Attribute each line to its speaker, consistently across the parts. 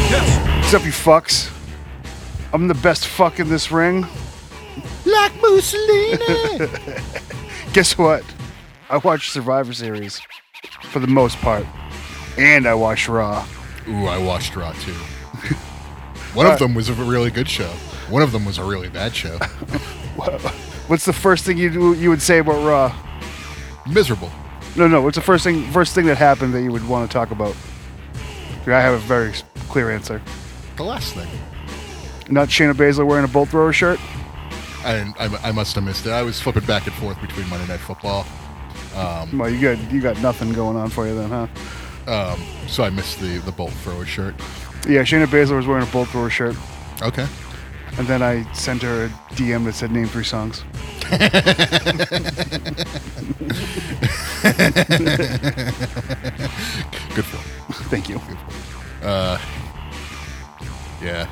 Speaker 1: What's up, you fucks? I'm the best fuck in this ring.
Speaker 2: Like Mussolini.
Speaker 1: Guess what? I watch Survivor Series for the most part, and I watch Raw.
Speaker 2: Ooh, I watched Raw too. One of them was a really good show. One of them was a really bad show.
Speaker 1: What's the first thing you do, you would say about Raw?
Speaker 2: Miserable.
Speaker 1: No, no. What's the first thing first thing that happened that you would want to talk about? I have a very s- clear answer.
Speaker 2: The last thing.
Speaker 1: Not Shayna Baszler wearing a bolt thrower shirt.
Speaker 2: I, I, I must have missed it. I was flipping back and forth between Monday Night Football,
Speaker 1: Well, you got you got nothing going on for you then, huh?
Speaker 2: so I missed the, the bolt thrower shirt.
Speaker 1: Yeah, Shayna Baszler was wearing a bolt thrower shirt,
Speaker 2: Okay.
Speaker 1: and then I sent her a DM that said name three songs.
Speaker 2: Good for him.
Speaker 1: Thank you.
Speaker 2: Yeah.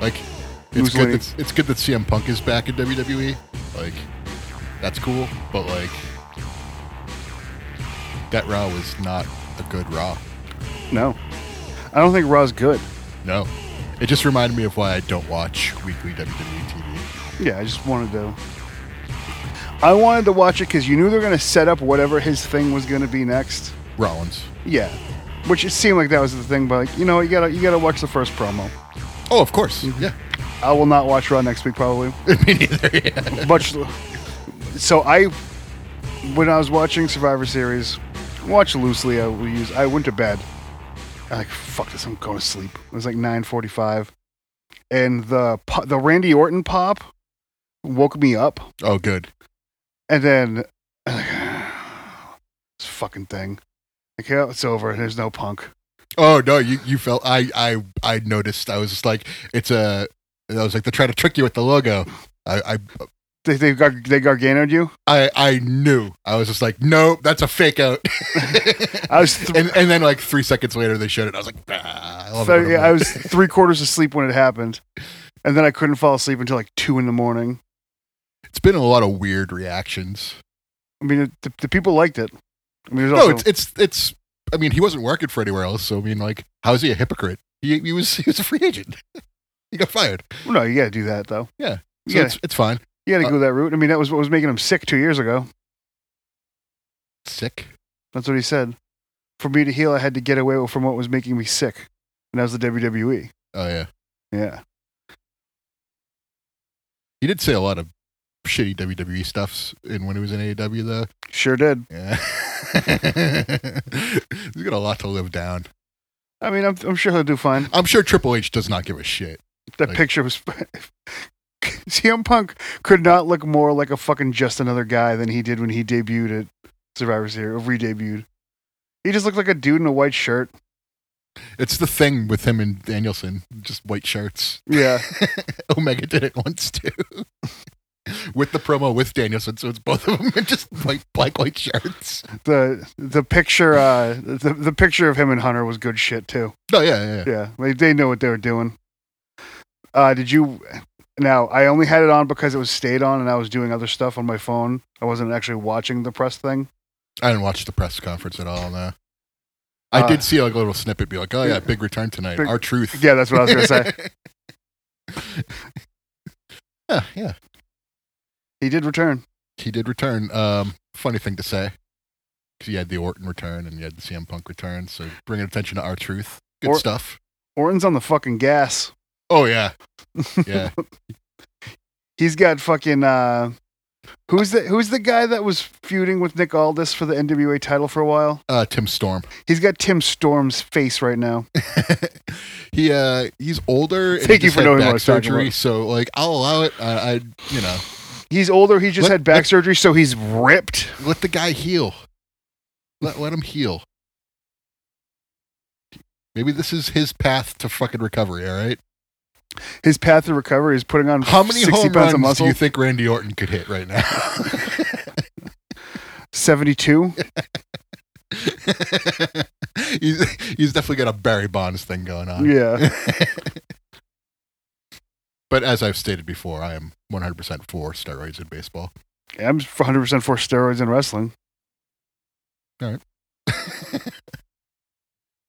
Speaker 2: Like, it's
Speaker 1: Who's
Speaker 2: good,
Speaker 1: winning?
Speaker 2: that, it's good that CM Punk is back in WWE. Like, that's cool, but like, that Raw was not a good Raw.
Speaker 1: No, I don't think Raw's good.
Speaker 2: No. It just reminded me of why I don't watch weekly E WWE TV.
Speaker 1: Yeah, I just wanted to. I wanted to watch it because you knew they were going to set up whatever his thing was going to be next.
Speaker 2: Rollins.
Speaker 1: Yeah, which it seemed like that was the thing, but like you know, you gotta you gotta watch the first promo.
Speaker 2: Oh, of course.
Speaker 1: Mm-hmm.
Speaker 2: Yeah.
Speaker 1: I will not watch Raw next week probably. Much. So I, when I was watching Survivor Series, watch loosely. I will use. I went to bed. I like fuck this. I'm going to sleep. It was like 9:45, and the po- the Randy Orton pop woke me up.
Speaker 2: Oh, good.
Speaker 1: And then this fucking thing. Like, yeah, it's over. There's no punk.
Speaker 2: Oh no, you you felt I I I noticed. I was just like, it's a. I was like, they're trying to trick you with the logo. I
Speaker 1: They they, gar- they garganoed you.
Speaker 2: I I, I knew. I was just like, no, that's a fake out.
Speaker 1: I was th-
Speaker 2: and and then like three seconds later, they showed it. I was like, ah, I love
Speaker 1: so,
Speaker 2: it. when
Speaker 1: yeah,
Speaker 2: I'm
Speaker 1: I
Speaker 2: right.
Speaker 1: was three quarters asleep when it happened, and then I couldn't fall asleep until like two in the morning.
Speaker 2: It's been a lot of weird reactions.
Speaker 1: I mean, it, the, the people liked it. I mean, there's also,
Speaker 2: No, it's it's it's. I mean, he wasn't working for anywhere else. So I mean, like, how is he a hypocrite? He he was he was a free agent. he got fired.
Speaker 1: no, you got to do that though.
Speaker 2: Yeah. So
Speaker 1: you got
Speaker 2: it's it's fine.
Speaker 1: to
Speaker 2: uh,
Speaker 1: go that route. I mean, that was what was making him sick two years ago.
Speaker 2: Sick.
Speaker 1: That's what he said. For me to heal, I had to get away from what was making me sick, and that was the WWE.
Speaker 2: Oh yeah.
Speaker 1: Yeah,
Speaker 2: He did say a lot of shitty WWE stuffs in when he was in AEW though.
Speaker 1: sure did.
Speaker 2: Yeah. He's got a lot to live down.
Speaker 1: I mean, I'm, I'm sure he'll do fine.
Speaker 2: I'm sure Triple H does not give a shit.
Speaker 1: That
Speaker 2: Like-
Speaker 1: picture was. CM Punk could not look more like a fucking just another guy than he did when he debuted at Survivor Series, or re-debuted. He just looked like a dude in a white shirt.
Speaker 2: It's the thing with him and Danielson, just white shirts.
Speaker 1: Yeah,
Speaker 2: Omega did it once too. with the promo with Danielson, so it's both of them in just white black white shirts.
Speaker 1: the the picture, uh, the the picture of him and Hunter was good shit too.
Speaker 2: No, yeah, yeah, yeah.
Speaker 1: Yeah, they they know what they were doing. Uh, did you? Now I only had it on because it was stayed on, and I was doing other stuff on my phone. I wasn't actually watching the press thing.
Speaker 2: I didn't watch the press conference at all, no. I
Speaker 1: Uh,
Speaker 2: did see like a little snippet be like, Oh yeah,
Speaker 1: yeah.
Speaker 2: big return tonight.
Speaker 1: Big-
Speaker 2: Our truth.
Speaker 1: Yeah, that's what I was gonna say.
Speaker 2: yeah, yeah.
Speaker 1: He did return.
Speaker 2: he did return. Um, funny thing to say, 'cause you had the Orton return and you had the CM Punk return. So bringing attention to our truth, good
Speaker 1: Or-
Speaker 2: stuff.
Speaker 1: Orton's on the fucking gas.
Speaker 2: Oh yeah, yeah.
Speaker 1: He's got fucking uh who's the who's the guy that was feuding with Nick Aldis for the NWA title for a while?
Speaker 2: Uh, Tim Storm.
Speaker 1: He's got Tim Storm's face right now.
Speaker 2: he uh, he's older. and
Speaker 1: Thank
Speaker 2: he
Speaker 1: you
Speaker 2: just
Speaker 1: for
Speaker 2: had
Speaker 1: knowing what I
Speaker 2: back
Speaker 1: was talking
Speaker 2: surgery.
Speaker 1: about.
Speaker 2: So like, I'll allow it. I, I you know
Speaker 1: He's older, he just
Speaker 2: Let-
Speaker 1: had back
Speaker 2: let-
Speaker 1: surgery, so he's ripped.
Speaker 2: let the guy heal. Let let him heal. Maybe this is his path to fucking recovery. All right.
Speaker 1: His path to recovery is putting on
Speaker 2: How many
Speaker 1: 60
Speaker 2: home
Speaker 1: pounds of
Speaker 2: runs do
Speaker 1: muscle.
Speaker 2: you think Randy Orton could hit right now?
Speaker 1: 72.
Speaker 2: he's, he's definitely got a Barry Bonds thing going on.
Speaker 1: yeah.
Speaker 2: But as I've stated before, I am 100% for steroids in baseball.
Speaker 1: I'm 100% for steroids in wrestling.
Speaker 2: Bam.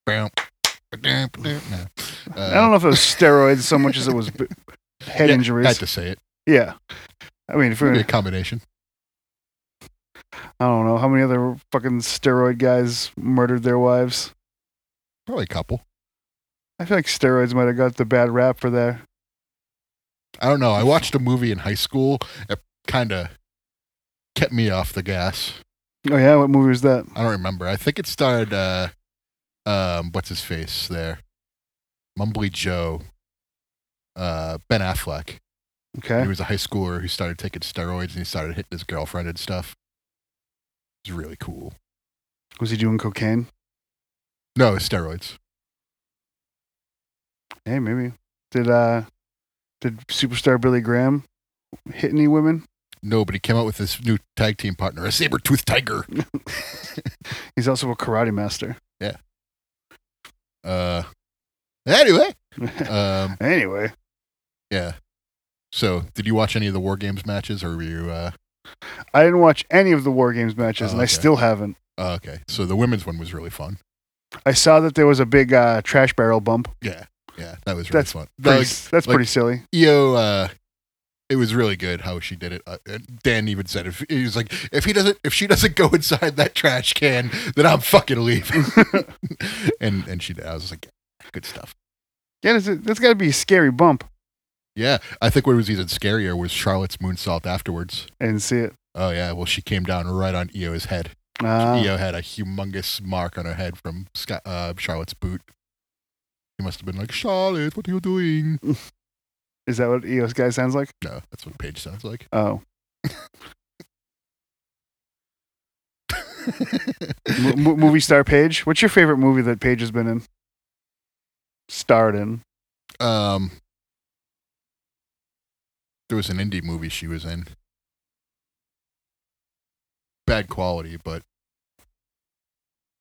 Speaker 2: Ba-dam, ba-dam. No. Uh,
Speaker 1: I don't know if it was steroids so much as it was b- head
Speaker 2: yeah, I had
Speaker 1: injuries.
Speaker 2: to say it.
Speaker 1: yeah. I mean, if we're,
Speaker 2: Maybe a combination.
Speaker 1: I don't know how many other fucking steroid guys murdered their wives.
Speaker 2: Probably a couple.
Speaker 1: I feel like steroids might have got the bad rap for that.
Speaker 2: I don't know. I watched a movie in high school. It kind of kept me off the gas.
Speaker 1: Oh yeah, what movie was that?
Speaker 2: I don't remember. I think it starred uh um what's his face there? Mumbly Joe. Uh Ben Affleck. He
Speaker 1: Okay,
Speaker 2: was a high schooler who started taking steroids and he started hitting his girlfriend and stuff. It's really cool.
Speaker 1: was he doing cocaine?
Speaker 2: No, it's steroids.
Speaker 1: Hey, maybe did uh did superstar Billy Graham hit any women?
Speaker 2: No, but he came out with this new tag team partner, a saber tooth tiger.
Speaker 1: He's also a karate master.
Speaker 2: Uh anyway. Um
Speaker 1: anyway,
Speaker 2: yeah. So did you watch any of the war games matches or were you uh
Speaker 1: I didn't watch any of the War Games matches,
Speaker 2: Oh,
Speaker 1: and I
Speaker 2: okay.
Speaker 1: still haven't.
Speaker 2: oh, okay. So the women's one was really fun.
Speaker 1: I saw that there was a big uh, trash barrel bump.
Speaker 2: Yeah. Yeah, that was really
Speaker 1: That's
Speaker 2: fun. That
Speaker 1: Pretty,
Speaker 2: was-
Speaker 1: s- that's
Speaker 2: like-
Speaker 1: pretty silly.
Speaker 2: Io, uh, it was really good how she did it. Uh, and Dan even said if he was like, if he doesn't, if she doesn't go inside that trash can, then I'm fucking leaving. and and she did. I was like, yeah, good stuff.
Speaker 1: Yeah, that's, that's got to be a scary bump.
Speaker 2: Yeah, I think what was even scarier was Charlotte's moonsault afterwards.
Speaker 1: I didn't see it.
Speaker 2: Oh yeah, well she came down right on Io's head.
Speaker 1: Uh,
Speaker 2: Io had a humongous mark on her head from Sky, uh, Charlotte's boot. He must have been like, Charlotte, what are you doing?
Speaker 1: Is that what EOS guy sounds like?
Speaker 2: No, that's what Paige sounds like.
Speaker 1: Oh, M- m- movie star Paige. What's your favorite movie that Paige has been in? Starred in.
Speaker 2: um there was an indie movie she was in bad quality but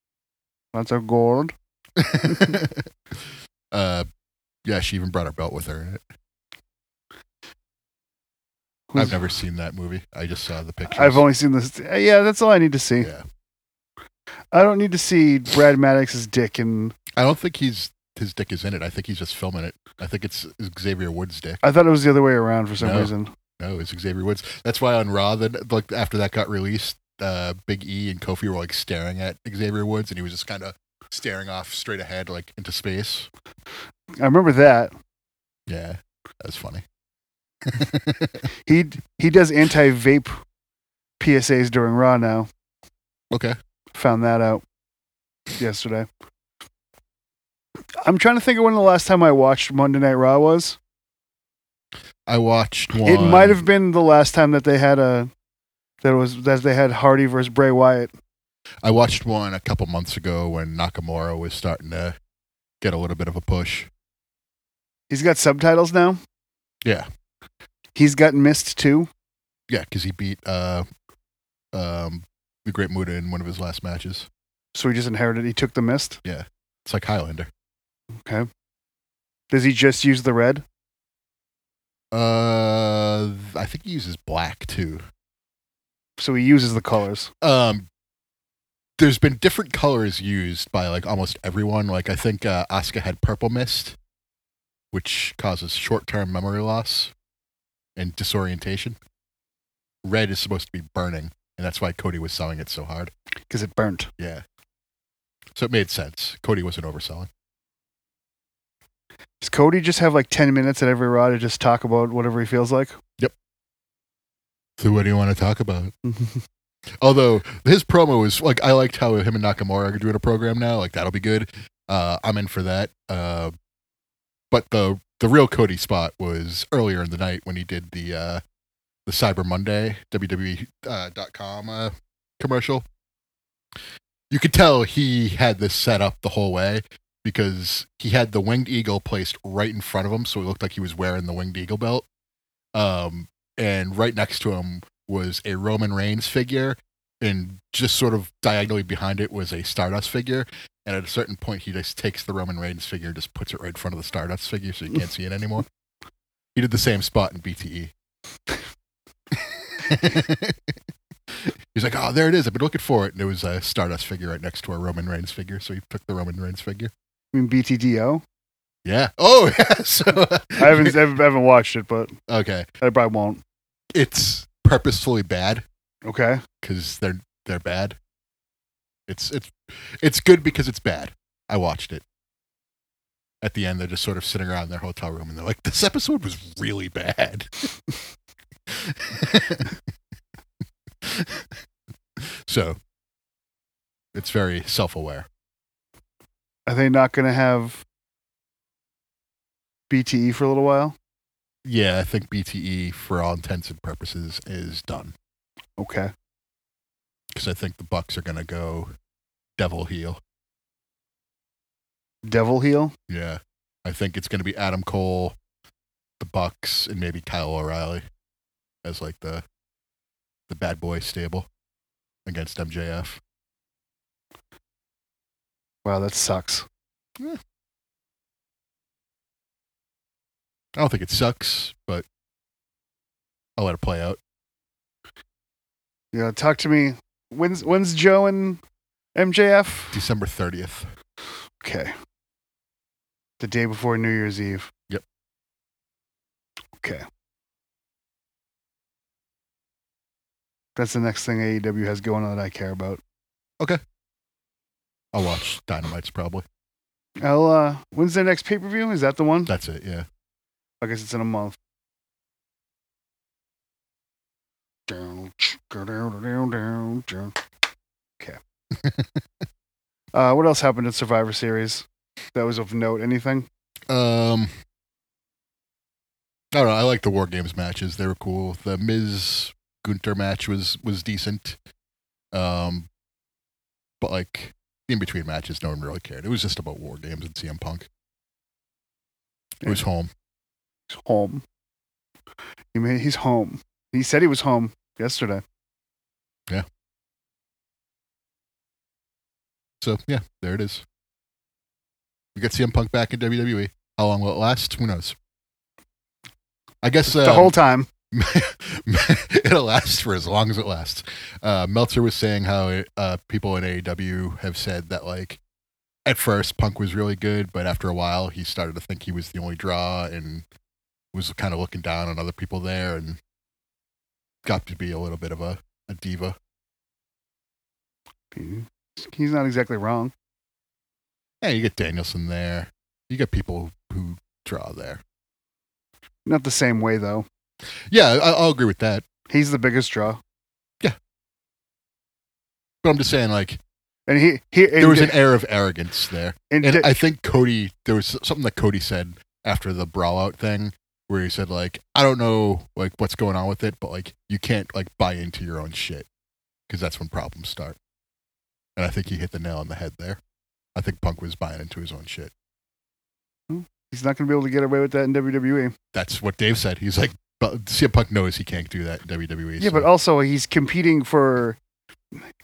Speaker 1: Lots of gold.
Speaker 2: uh yeah she even brought her belt with her in it
Speaker 1: Who's-
Speaker 2: i've never seen that movie i just saw the pictures
Speaker 1: I've only seen this. Yeah, that's all I need to see.
Speaker 2: yeah
Speaker 1: I don't need to see Brad Maddox's dick and
Speaker 2: i don't think he's his dick is in it i think he's just filming it i think it's xavier woods dick
Speaker 1: I thought it was the other way around for some
Speaker 2: No.
Speaker 1: reason.
Speaker 2: no it's xavier woods that's why on raw then like after that got released uh big e and kofi were like staring at xavier woods and he was just kind of staring off straight ahead like into space
Speaker 1: I remember that
Speaker 2: Yeah, that's funny.
Speaker 1: he he does anti-vape PSAs during Raw now.
Speaker 2: okay.
Speaker 1: Found that out yesterday. I'm trying to think of when the last time I watched Monday Night Raw was.
Speaker 2: I watched one.
Speaker 1: It might have been the last time that they had a that was that they had Hardy versus Bray Wyatt.
Speaker 2: I watched one a couple months ago when Nakamura was starting to get a little bit of a push.
Speaker 1: He's got subtitles now.
Speaker 2: Yeah.
Speaker 1: He's got missed too.
Speaker 2: Yeah, because he beat uh, um, the Great Muda in one of his last matches.
Speaker 1: So he just inherited. He took the mist.
Speaker 2: It's like Highlander.
Speaker 1: Does he just use the red?
Speaker 2: Uh, I think he uses black too.
Speaker 1: So he uses the colors.
Speaker 2: Um, there's been different colors used by like almost everyone. Like I think uh, Asuka had purple mist, which causes short-term memory loss and disorientation. Red is supposed to be burning, and that's why Cody was selling it so hard.
Speaker 1: Because it burnt.
Speaker 2: Yeah. So it made sense. Cody wasn't overselling.
Speaker 1: Does Cody just have like 10 minutes at every Raw to just talk about whatever he feels like?
Speaker 2: So what do you want to talk about? Although his promo was like, I liked how him and Nakamura are doing a program now. Like that'll be good. Uh, I'm in for that. Uh, but the the real Cody spot was earlier in the night when he did the uh, the Cyber Monday WWE uh, dot com uh, commercial. You could tell he had this set up the whole way because he had the winged eagle placed right in front of him, so it looked like he was wearing the winged eagle belt. Um, and right next to him was a Roman Reigns figure, and just sort of diagonally behind it was a Stardust figure. And at a certain point, he just takes the Roman Reigns figure, just puts it right in front of the Stardust figure, so you can't see it anymore. He did the same spot in BTE. He's like, oh, there it is. I've been looking for it. And there was a Stardust figure right next to a Roman Reigns figure. So he took the Roman Reigns figure.
Speaker 1: I mean, BTDO?
Speaker 2: Yeah. Oh, yeah. So,
Speaker 1: I haven't, I haven't I haven't watched it, but
Speaker 2: okay.
Speaker 1: I probably won't.
Speaker 2: It's purposefully bad
Speaker 1: Okay.
Speaker 2: because they're they're bad. It's it's it's good because it's bad. I watched it. At the end, they're just sort of sitting around in their hotel room and they're like, "This episode was really bad." so, it's very self-aware.
Speaker 1: Are they not going to have BTE for a little while?
Speaker 2: Yeah, I think BTE, for all intents and purposes, is done
Speaker 1: Okay.
Speaker 2: because I think the Bucks are going to go devil heel.
Speaker 1: Devil heel.
Speaker 2: Yeah. I think it's going to be Adam Cole, the Bucks, and maybe Kyle O'Reilly as like the the bad boy stable against MJF.
Speaker 1: Wow, that sucks.
Speaker 2: I don't think it sucks, but I'll let it play out.
Speaker 1: Yeah. Talk to me. When's when's Joe and MJF?
Speaker 2: December 30th.
Speaker 1: Okay. The day before New Year's Eve.
Speaker 2: Yep.
Speaker 1: Okay. That's the next thing AEW has going on that I care about.
Speaker 2: I'll watch Dynamites probably.
Speaker 1: I'll, uh, when's their next pay per view? Is that the one?
Speaker 2: That's it, yeah.
Speaker 1: I guess it's in a month. Okay. uh, what else happened at Survivor Series? That was of note. Anything?
Speaker 2: Um I don't know. I like the War Games matches. They were cool. The Miz Gunter match was was decent. Um but like in between matches no one really cared. It was just about War Games and CM Punk. It was home.
Speaker 1: He's home. He made, he's home. He said he was home yesterday.
Speaker 2: So yeah, there it is. We got CM Punk back in WWE. How long will it last? Who knows? I guess uh,
Speaker 1: the whole time.
Speaker 2: it'll last for as long as it lasts. Uh, Meltzer was saying how uh, people in AEW have said that like at first Punk was really good, but after a while he started to think he was the only draw and was kind of looking down on other people there and got to be a little bit of a, a diva.
Speaker 1: He's not exactly wrong.
Speaker 2: Yeah, you get Danielson there. You get people who draw there.
Speaker 1: Not the same way though.
Speaker 2: Yeah, I, I'll agree with that.
Speaker 1: He's the biggest draw,
Speaker 2: But I'm just saying like
Speaker 1: and he he and
Speaker 2: there was
Speaker 1: Da-
Speaker 2: an air of arrogance there.
Speaker 1: and Da-
Speaker 2: And I think Cody, there was something that Cody said after the brawl out thing where he said, like, I don't know, like, what's going on with it, but, like, you can't, like, buy into your own shit because that's when problems start. And I think he hit the nail on the head there. I think Punk was buying into his own shit.
Speaker 1: he's not going to be able to get away with that in E. WWE.
Speaker 2: That's what Dave said. He's like, but CM Punk knows he can't do that in WWE.
Speaker 1: Yeah,
Speaker 2: so-
Speaker 1: but also he's competing for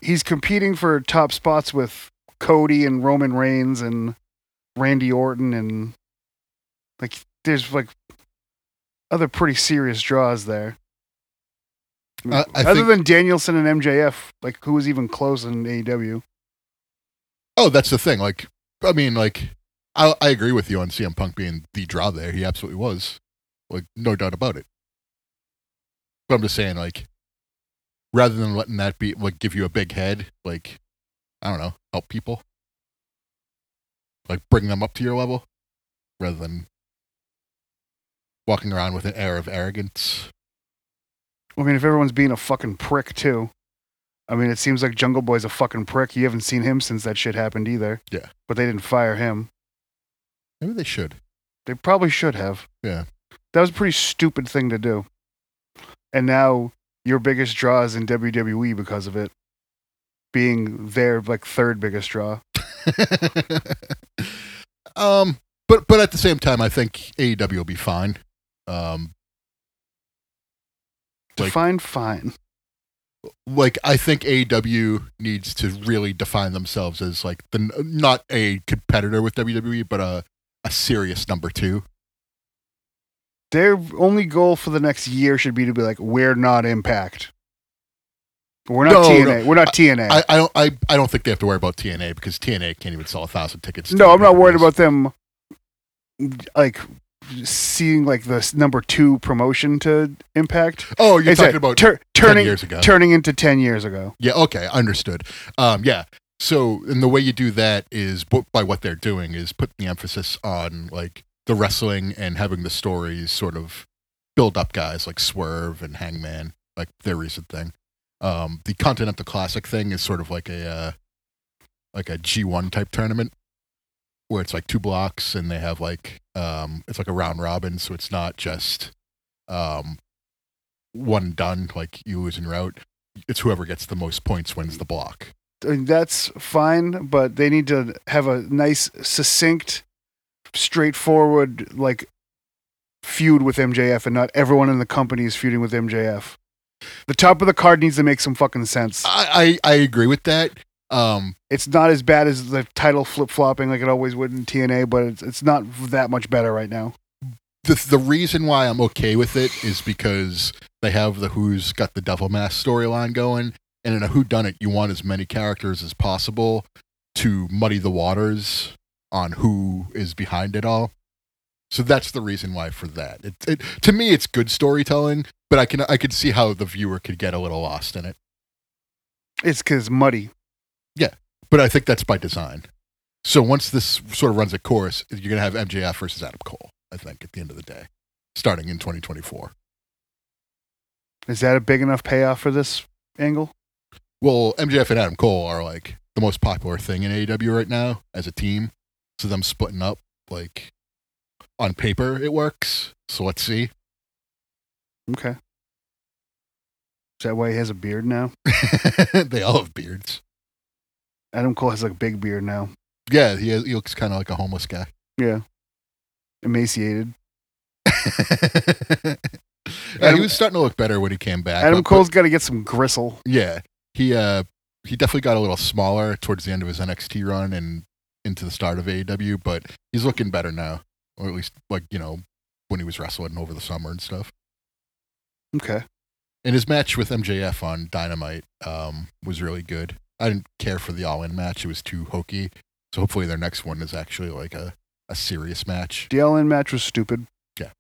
Speaker 1: he's competing for top spots with Cody and Roman Reigns and Randy Orton and like there's like other pretty serious draws there.
Speaker 2: I- I
Speaker 1: Other
Speaker 2: think-
Speaker 1: than Danielson and MJF, like who was even close in E AEW?
Speaker 2: Oh, that's the thing. Like, I mean, like, I, I agree with you on CM Punk being the draw there. He absolutely was. Like, no doubt about it. But I'm just saying, like, rather than letting that be, like, give you a big head, like, I don't know, help people. Like, bring them up to your level rather than walking around with an air of arrogance.
Speaker 1: I mean, if everyone's being a fucking prick too. I mean, it seems like Jungle Boy's a fucking prick. You haven't seen him since that shit happened either.
Speaker 2: Yeah.
Speaker 1: But they didn't fire him.
Speaker 2: Maybe they should.
Speaker 1: They probably should have.
Speaker 2: Yeah.
Speaker 1: That was a pretty stupid thing to do. And now your biggest draw is in WWE because of it. Being their like third biggest draw.
Speaker 2: um, but but at the same time, I think AEW will be fine. Um, Like-
Speaker 1: Define fine.
Speaker 2: like I think AEW needs to really define themselves as like the not a competitor with WWE, but a a serious number two.
Speaker 1: Their only goal for the next year should be to be like, we're not impact. We're not
Speaker 2: No,
Speaker 1: TNA. We're not TNA.
Speaker 2: I, I don't I, I don't think they have to worry about TNA because TNA can't even sell a thousand tickets. to
Speaker 1: no, I'm not
Speaker 2: WWE.
Speaker 1: worried about them like seeing like this number two promotion to Impact.
Speaker 2: Oh, you're
Speaker 1: It's like
Speaker 2: talking about
Speaker 1: tur- turning
Speaker 2: years ago.
Speaker 1: turning into ten years ago.
Speaker 2: Yeah. Okay. Understood. Um, yeah. So, and the way you do that is bu- by what they're doing is putting the emphasis on like the wrestling and having the stories sort of build up guys like Swerve and Hangman, like their recent thing. Um, the Continental Classic thing is sort of like a uh, like a G1 type tournament where it's like two blocks and they have like um, it's like a round robin, so it's not just um, one done like you lose en route it's whoever gets the most points wins the block.
Speaker 1: I mean, That's fine, but they need to have a nice, succinct, straightforward like feud with MJF, and not everyone in the company is feuding with MJF. The top of the card needs to make some fucking sense.
Speaker 2: I I, I agree with that. Um,
Speaker 1: It's not as bad as the title flip flopping like it always would in TNA, but it's, it's not that much better right now.
Speaker 2: the the reason why I'm okay with it is because they have the Who's got the Devil Mask storyline going, and in a Who Done It, you want as many characters as possible to muddy the waters on who is behind it all. So that's the reason why for that. It, it to me, it's good storytelling, but I can I could see how the viewer could get a little lost in it.
Speaker 1: It's because muddy.
Speaker 2: But I think that's by design. So once this sort of runs its course, you're going to have MJF versus Adam Cole, I think, at the end of the day, starting in 2024.
Speaker 1: Is that a big enough payoff for this angle?
Speaker 2: Well, MJF and Adam Cole are like the most popular thing in AEW right now as a team. So them splitting up, like on paper, it works. So let's see.
Speaker 1: Okay. Is that why he has a beard now?
Speaker 2: they all have beards.
Speaker 1: Adam Cole has like a big beard now.
Speaker 2: Yeah, he, he looks kind of like a homeless guy.
Speaker 1: Yeah. Emaciated.
Speaker 2: Yeah, he
Speaker 1: Adam-
Speaker 2: was starting to look better when he came back.
Speaker 1: Adam
Speaker 2: but- but-
Speaker 1: Cole's got to get some gristle.
Speaker 2: Yeah, he uh he definitely got a little smaller towards the end of his NXT run and into the start of AEW, but he's looking better now, or at least like you know when he was wrestling over the summer and stuff.
Speaker 1: Okay.
Speaker 2: And his match with MJF on Dynamite um, was really good. I didn't care for the All In match; it was too hokey. So hopefully their next one is actually like a, a serious match.
Speaker 1: DLN match was stupid.
Speaker 2: Yeah.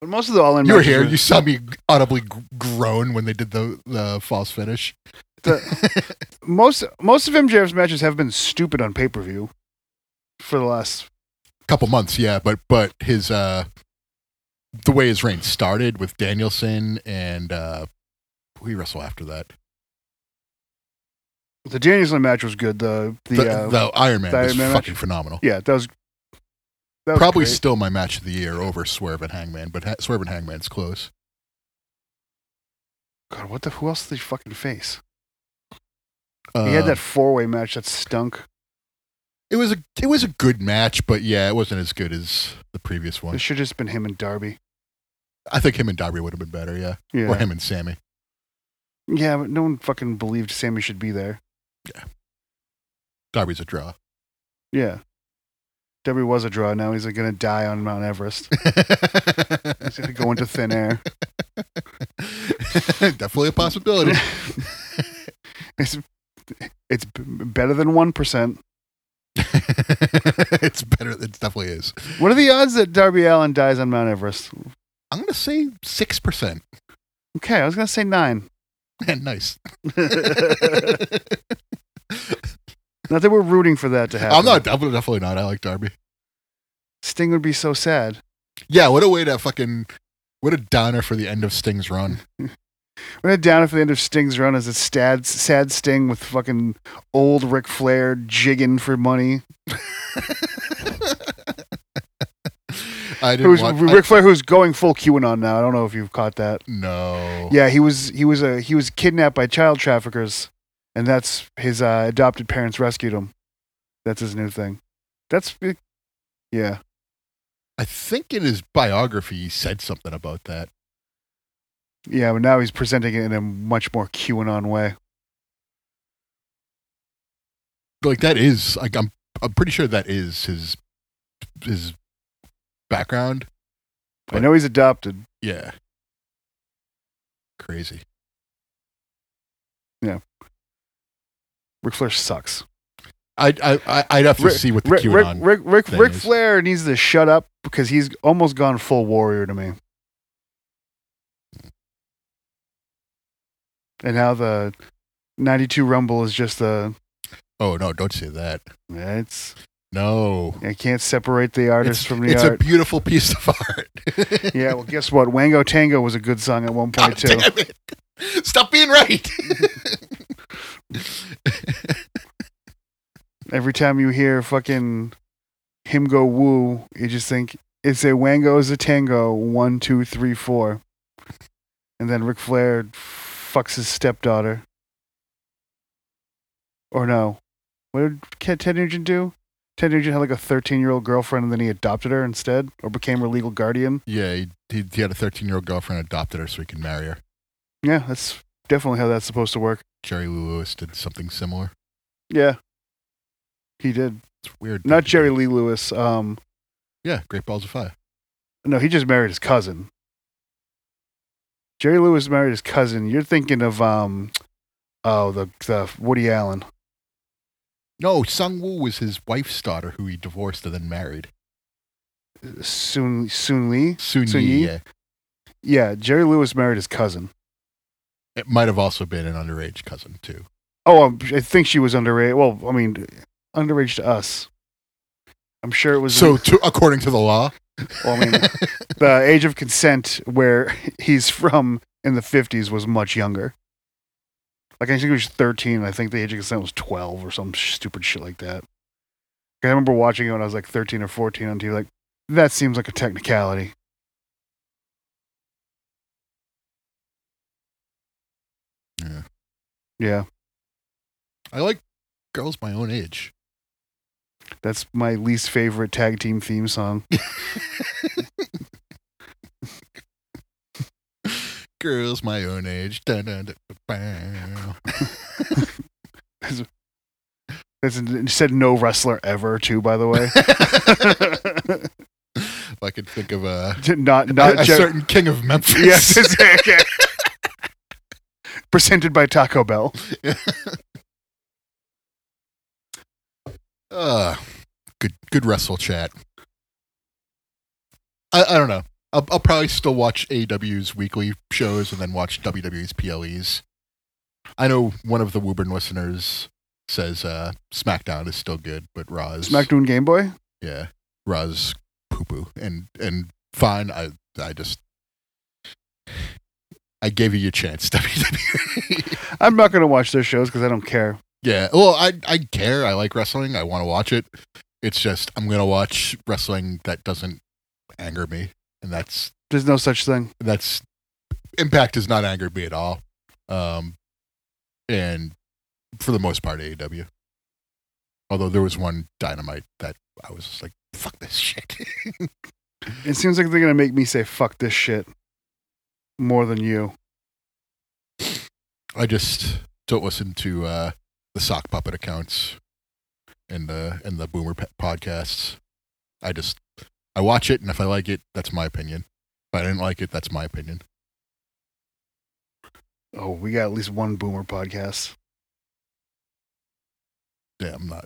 Speaker 1: But most of the all in
Speaker 2: You were
Speaker 1: matches
Speaker 2: here.
Speaker 1: were-
Speaker 2: You saw me audibly gr- groan when they did the the false finish.
Speaker 1: most most of MJF's matches have been stupid on pay per view for the last
Speaker 2: couple months, yeah, but but his uh the way his reign started with Danielson and uh who he wrestled after that.
Speaker 1: the Danielson match was good. The the,
Speaker 2: The,
Speaker 1: uh,
Speaker 2: the Iron Man
Speaker 1: the
Speaker 2: was
Speaker 1: Iron Man match?
Speaker 2: fucking phenomenal.
Speaker 1: yeah that was that was
Speaker 2: Probably
Speaker 1: great.
Speaker 2: still my match of the year over Swerve and Hangman, but ha- Swerve and Hangman's close.
Speaker 1: God what the who else did he fucking face?
Speaker 2: Uh,
Speaker 1: he had that four way match that stunk.
Speaker 2: It was a it was a good match, but yeah, it wasn't as good as the previous one.
Speaker 1: It should have just been him and Darby.
Speaker 2: I think him and Darby would have been better, yeah,
Speaker 1: Yeah,
Speaker 2: or him and Sammy.
Speaker 1: yeah, but no one fucking believed Sammy should be there.
Speaker 2: Darby's a draw.
Speaker 1: Yeah. Darby was a draw. Now he's like, gonna die on Mount Everest. He's gonna go into thin air.
Speaker 2: Definitely a possibility.
Speaker 1: It's it's b- better than one percent.
Speaker 2: it's better. It definitely is.
Speaker 1: What are the odds that Darby Allen dies on Mount Everest?
Speaker 2: I'm gonna say six percent.
Speaker 1: Okay, I was gonna say nine.
Speaker 2: Nice.
Speaker 1: not that we're rooting for that to happen.
Speaker 2: I'm not. I'm definitely not. I like Darby.
Speaker 1: Sting would be so sad.
Speaker 2: Yeah. What a way to fucking. What a downer for the end of Sting's run.
Speaker 1: We're gonna down at the end of Sting's run as a sad, sad Sting with fucking old Ric Flair jigging for money.
Speaker 2: I didn't
Speaker 1: Who's
Speaker 2: watch. I-
Speaker 1: Ric Flair? Who's going full QAnon now? I don't know if you've caught that.
Speaker 2: no.
Speaker 1: Yeah, he was he was a he was kidnapped by child traffickers, and that's his uh, adopted parents rescued him. That's his new thing. That's yeah.
Speaker 2: I think in his biography he said something about that.
Speaker 1: Yeah, but now he's presenting it in a much more QAnon way.
Speaker 2: Like that is. Like I'm. I'm pretty sure that is his. His background.
Speaker 1: I know he's adopted.
Speaker 2: Yeah. Crazy.
Speaker 1: Ric Flair sucks.
Speaker 2: I, I, I, I'd have to
Speaker 1: Rick-
Speaker 2: see what the
Speaker 1: Rick, Rick,
Speaker 2: QAnon.
Speaker 1: Rick, Rick,
Speaker 2: thing
Speaker 1: Ric
Speaker 2: is.
Speaker 1: Flair needs to shut up because he's almost gone full warrior to me. And how the 92 Rumble is just a.
Speaker 2: Oh no! Don't say that.
Speaker 1: It's
Speaker 2: No.
Speaker 1: I can't separate the artist
Speaker 2: it's
Speaker 1: from the
Speaker 2: it's
Speaker 1: art.
Speaker 2: a beautiful piece of art.
Speaker 1: yeah, well, guess what? Wango Tango was a good song at one
Speaker 2: God
Speaker 1: point too.
Speaker 2: damn it. Stop being right.
Speaker 1: Every time you hear fucking him go woo, you just think it's a Wango is a tango. One, two, three, four, and then Ric Flair fucks his stepdaughter. Or no, what did Ted Ted Nugent do? Ted Nugent had like a thirteen-year-old girlfriend, and then he adopted her instead, or became her legal guardian.
Speaker 2: yeah, he, he, he had a 13 year old girlfriend, adopted her so he could marry her.
Speaker 1: Yeah, that's definitely how that's supposed to work.
Speaker 2: Jerry Lee Lewis did something similar.
Speaker 1: Yeah, he did.
Speaker 2: It's weird.
Speaker 1: not Jerry Lee Lewis. Um,
Speaker 2: Yeah, Great Balls of Fire.
Speaker 1: no, he just married his cousin. Jerry Lewis married his cousin. You're thinking of um, oh the the Woody Allen.
Speaker 2: No, Sung Woo was his wife's daughter who he divorced and then married.
Speaker 1: Soon Soon Lee.
Speaker 2: Soon
Speaker 1: Soon
Speaker 2: Yi,
Speaker 1: Yi?
Speaker 2: yeah.
Speaker 1: Yeah, Jerry Lewis married his cousin.
Speaker 2: It might have also been an underage cousin, too.
Speaker 1: Oh, um, I think she was underage. Well, I mean, underage to us. I'm sure it was.
Speaker 2: So, to, according to the law,
Speaker 1: well, I mean, the age of consent where he's from in the 50s was much younger. Like, I think he was 13. and I think the age of consent was 12 or some sh- stupid shit like that. 'Cause I remember watching it when I was like 13 or 14 on TV. Like, that seems like a technicality.
Speaker 2: Yeah.
Speaker 1: Yeah.
Speaker 2: I like girls my own age.
Speaker 1: That's my least favorite tag team theme song.
Speaker 2: Girls my own age. Dun, dun, dun, dun, dun.
Speaker 1: That's it said no wrestler ever, too, by the way.
Speaker 2: If I could think of a,
Speaker 1: not
Speaker 2: a,
Speaker 1: not
Speaker 2: a
Speaker 1: Jer-
Speaker 2: certain king of Memphis.
Speaker 1: Yes. exactly. Presented by Taco Bell.
Speaker 2: Uh, good good wrestle chat. I, I don't know. I'll, I'll probably still watch AW's weekly shows and then watch WWE's PLEs. I know one of the Woburn listeners says uh, SmackDown is still good, but Raw is
Speaker 1: SmackDown Game Boy.
Speaker 2: yeah, Raw is poo poo and and fine. I I just I gave you your chance, WWE.
Speaker 1: I'm not going to watch those shows because I don't care.
Speaker 2: Yeah. Well, I I care. I like wrestling. I want to watch it. It's just I'm gonna watch wrestling that doesn't anger me, and that's
Speaker 1: There's no such thing.
Speaker 2: that's Impact has not angered me at all. Um, and for the most part, AEW. Although there was one Dynamite that I was just like, "Fuck this shit."
Speaker 1: It seems like they're going to make me say fuck this shit more than you.
Speaker 2: I just don't listen to uh, the sock puppet accounts and the and the boomer pe- podcasts. I just I watch it, and if I like it, that's my opinion. If I didn't like it, that's my opinion.
Speaker 1: Oh, we got at least one boomer podcast.
Speaker 2: Yeah, I'm not.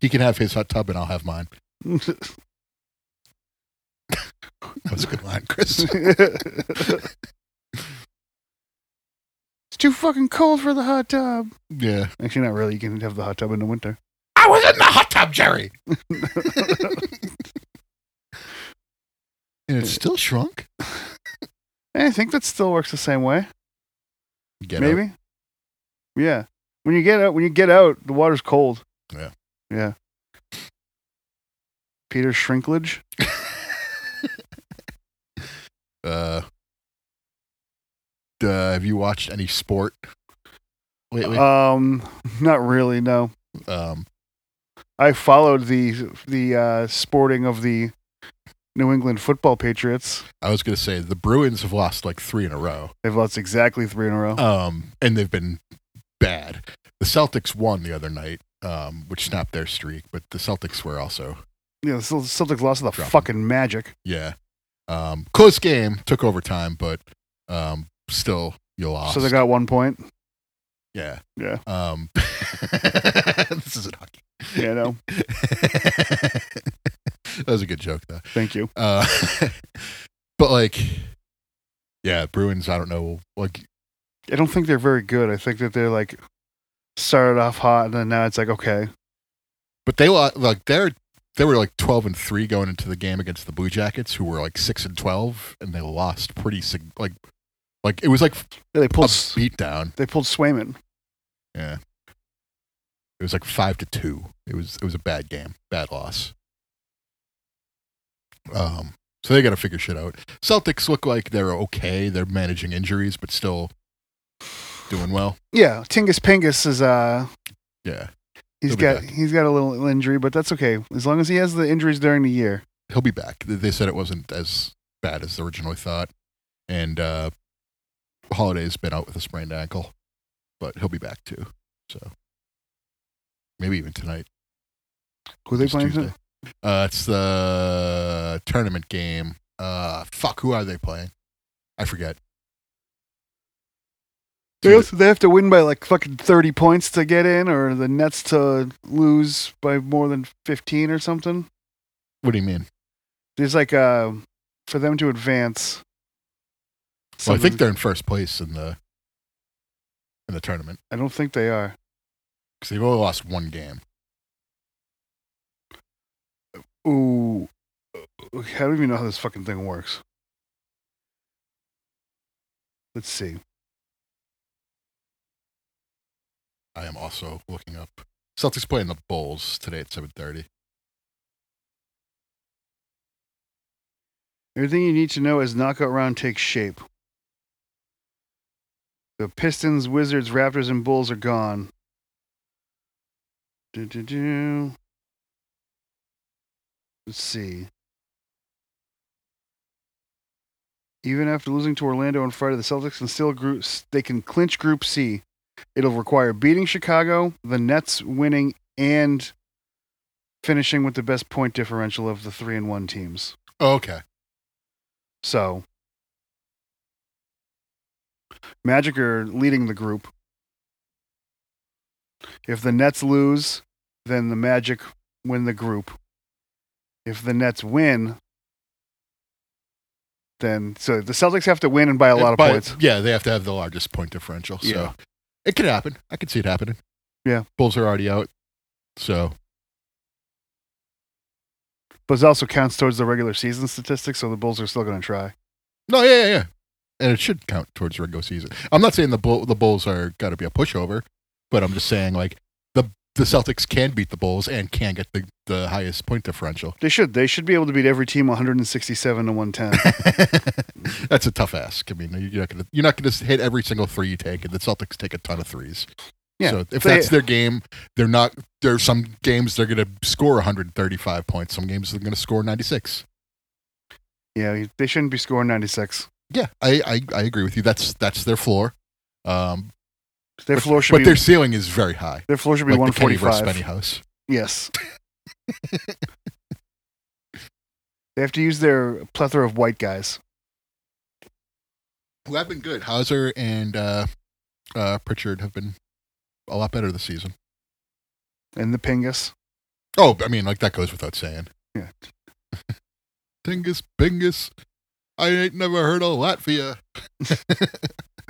Speaker 2: He can have his hot tub, and I'll have mine. That was a good line, Chris.
Speaker 1: it's too fucking cold for the hot tub.
Speaker 2: yeah,
Speaker 1: Actually, not really. You can have the hot tub in the winter.
Speaker 2: I was in the hot tub, Jerry, and it still shrunk.
Speaker 1: Eh, I think that still works the same way.
Speaker 2: Get
Speaker 1: Maybe. Yeah. When you get out, when you get out, the water's cold.
Speaker 2: Yeah.
Speaker 1: Yeah. Peter Shrinklage.
Speaker 2: out. Uh, uh, have you watched any sport lately?
Speaker 1: Um, not really. No,
Speaker 2: um,
Speaker 1: I followed the the uh, sporting of the New England Football Patriots.
Speaker 2: I was gonna say the Bruins have lost like three in a row,
Speaker 1: They've lost exactly three in a row.
Speaker 2: um, and they've been bad. The Celtics won the other night, um, which snapped their streak, but the Celtics were also
Speaker 1: yeah, the Cel- Celtics lost to the
Speaker 2: Drop 'em.
Speaker 1: fucking Magic.
Speaker 2: yeah, um, close game, took overtime, but um, still you lost.
Speaker 1: So they got one point.
Speaker 2: Yeah.
Speaker 1: Yeah.
Speaker 2: Um, this isn't hockey.
Speaker 1: Yeah, no.
Speaker 2: that was a good joke though.
Speaker 1: Thank you.
Speaker 2: Uh, but like, yeah, Bruins. I don't know. Like,
Speaker 1: I don't think they're very good. I think that they're like started off hot and then now it's like okay.
Speaker 2: but they lo- like they're they were like twelve and three going into the game against the Blue Jackets, who were like six and twelve, and they lost pretty sig- like like it was like
Speaker 1: Yeah, they
Speaker 2: a
Speaker 1: pulled S-
Speaker 2: beat down.
Speaker 1: they pulled Swayman.
Speaker 2: Yeah, it was like five to two. It was it was a bad game, bad loss. Um, so they got to figure shit out. Celtics look like they're okay. They're managing injuries, but still doing well.
Speaker 1: Yeah, Tingus Pingus is uh
Speaker 2: Yeah.
Speaker 1: he's
Speaker 2: He'll be
Speaker 1: got
Speaker 2: back.
Speaker 1: he's got a little injury, but that's okay. As long as he has the injuries during the year.
Speaker 2: he'll be back. They- They said it wasn't as bad as originally thought, and uh, Holiday's been out with a sprained ankle, but he'll be back too. So maybe even tonight.
Speaker 1: Who they
Speaker 2: It's
Speaker 1: playing?
Speaker 2: Tuesday. Uh, it's the tournament game. Uh, fuck, who are they playing? I forget.
Speaker 1: They have, they have to win by like fucking 30 points to get in, or the Nets to lose by more than 15 or something.
Speaker 2: What do you mean?
Speaker 1: There's like uh for them to advance.
Speaker 2: Well, I think
Speaker 1: something-
Speaker 2: they're in first place in the in the tournament
Speaker 1: I don't think they are.
Speaker 2: because they've only lost one game.
Speaker 1: Ooh, I don't even know how this fucking thing works. Let's see.
Speaker 2: I am also looking up. Celtics playing the Bulls today at seven thirty.
Speaker 1: Everything you need to know as knockout round takes shape. The Pistons, Wizards, Raptors, and Bulls are gone. Do, do, do. Let's see. Even after losing to Orlando on Friday, the Celtics can still group. They can clinch Group C. It'll require beating Chicago, the Nets winning, and finishing with the best point differential of the three and one teams.
Speaker 2: Oh, okay.
Speaker 1: So Magic are leading the group. If the Nets lose, then the Magic win the group. If the Nets win, then so the Celtics have to win and by a lot of
Speaker 2: But,
Speaker 1: points.
Speaker 2: Yeah, they have to have the largest point differential. So
Speaker 1: Yeah.
Speaker 2: it could happen. I could see it happening.
Speaker 1: Yeah.
Speaker 2: Bulls are already out. So
Speaker 1: But it also counts towards the regular season statistics, so the Bulls are still going to try.
Speaker 2: no, yeah, yeah, yeah. And it should count towards regular season. I'm not saying the bull, the Bulls are got to be a pushover, but I'm just saying like the the Celtics can beat the Bulls and can get the, the highest point differential.
Speaker 1: They should. They should be able to beat every team 167 to 110.
Speaker 2: That's a tough ask. I mean, you're not gonna you're not gonna hit every single three you take, and the Celtics take a ton of threes.
Speaker 1: Yeah.
Speaker 2: So if
Speaker 1: They-
Speaker 2: that's their game, they're not. There are some games they're gonna score 135 points. Some games they're gonna score 96.
Speaker 1: yeah, they shouldn't be scoring 96.
Speaker 2: Yeah, I I, I agree with you. That's that's their floor. Um,
Speaker 1: Their
Speaker 2: but-
Speaker 1: floor should
Speaker 2: but
Speaker 1: be
Speaker 2: their ceiling is very high.
Speaker 1: their floor should be
Speaker 2: Like the Kenny versus
Speaker 1: 145.
Speaker 2: Benny house.
Speaker 1: Yes. they have to use their plethora of white guys.
Speaker 2: Who have been good. Hauser and uh, uh, Pritchard have been a lot better this season.
Speaker 1: And the Pingus.
Speaker 2: Oh, I mean, like that goes without saying.
Speaker 1: Yeah.
Speaker 2: Tingus Bingus. I ain't never heard of Latvia.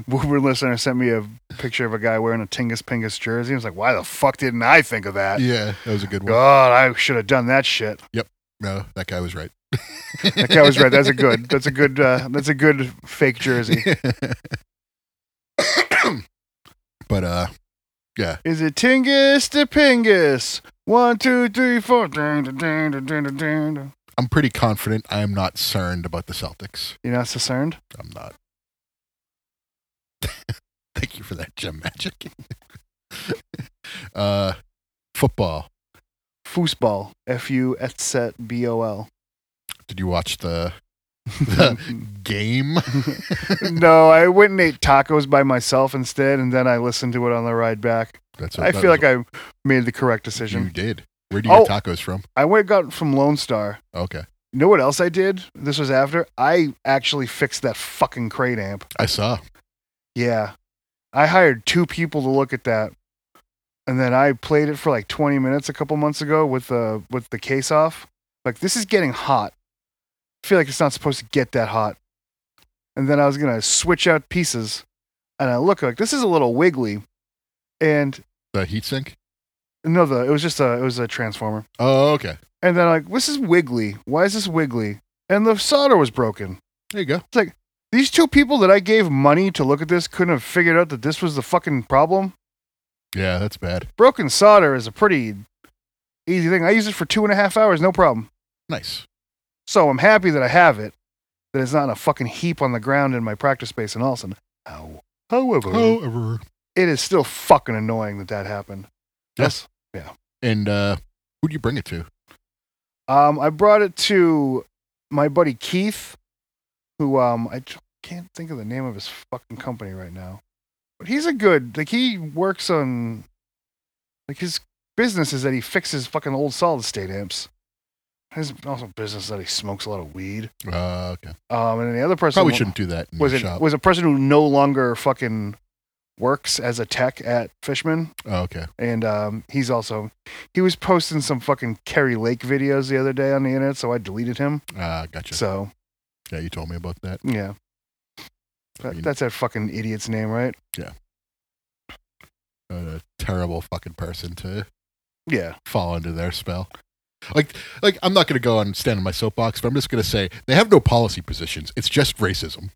Speaker 1: Woburn listener sent me a picture of a guy wearing a Tingus Pingus jersey. I was like, why the fuck didn't I think of that?
Speaker 2: Yeah, that was a good one.
Speaker 1: God, I should have done that shit.
Speaker 2: No, that guy was right.
Speaker 1: That guy was right. That's a good. That's a good. Uh, that's a good fake jersey.
Speaker 2: but uh,
Speaker 1: Is it Tingus to Pingus? One, two, three, four. Dun, dun, dun, dun, dun, dun, dun.
Speaker 2: I'm pretty confident I am not concerned about the Celtics.
Speaker 1: You're not concerned.
Speaker 2: I'm not. Thank you for that, Jim Magic. uh, football.
Speaker 1: Foosball. F U S set B O L.
Speaker 2: Did you watch the the game?
Speaker 1: no, I went and ate tacos by myself instead, and then I listened to it on the ride back.
Speaker 2: That's
Speaker 1: I feel like I made the correct
Speaker 2: you
Speaker 1: decision.
Speaker 2: did. Where do you get
Speaker 1: Oh.
Speaker 2: tacos from? Oh,
Speaker 1: I went and got it from Lone Star.
Speaker 2: Okay,
Speaker 1: You know what else I did? This was after I actually fixed that fucking crate amp.
Speaker 2: I saw.
Speaker 1: Yeah, I hired two people to look at that, and then I played it for like 20 minutes a couple months ago with the with the case off. Like this is getting hot. I feel like it's not supposed to get that hot. And then I was gonna switch out pieces, and I look like this is a little wiggly, and
Speaker 2: The heatsink.
Speaker 1: no, the it was just a it was a transformer.
Speaker 2: Oh, okay.
Speaker 1: And then like this is wiggly. Why is this wiggly? And the solder was broken.
Speaker 2: There you go.
Speaker 1: These two people that I gave money to look at this couldn't have figured out that this was the fucking problem.
Speaker 2: Yeah, that's bad.
Speaker 1: Broken solder is a pretty easy thing. I use it for two and a half hours, no problem.
Speaker 2: Nice.
Speaker 1: So I'm happy that I have it, that it's not in a fucking heap on the ground in my practice space in Allison. How? However,
Speaker 2: However,
Speaker 1: it is still fucking annoying that that happened.
Speaker 2: Yes. and uh, who'd you bring it to?
Speaker 1: Um, I brought it to my buddy Keith, who um I j- can't think of the name of his fucking company right now, but he's a good like he works on like his business is that he fixes fucking old solid state amps. His also business is that he smokes a lot of weed.
Speaker 2: Uh, okay.
Speaker 1: Um, and then the other person
Speaker 2: Probably shouldn't do that in
Speaker 1: was
Speaker 2: the
Speaker 1: it
Speaker 2: shop.
Speaker 1: was a person who no longer fucking works as a tech at Fishman,
Speaker 2: oh, okay.
Speaker 1: and um, he's also he was posting some fucking Kerry Lake videos the other day on the internet, so I deleted him.
Speaker 2: Uh, gotcha.
Speaker 1: So
Speaker 2: yeah, you told me about that.
Speaker 1: yeah,
Speaker 2: I
Speaker 1: that,
Speaker 2: mean,
Speaker 1: that's that fucking idiot's name, right?
Speaker 2: a terrible fucking person to
Speaker 1: Yeah,
Speaker 2: fall under their spell. Like, like I'm not going to go and stand on my soapbox, but I'm just going to say they have no policy positions. It's just racism.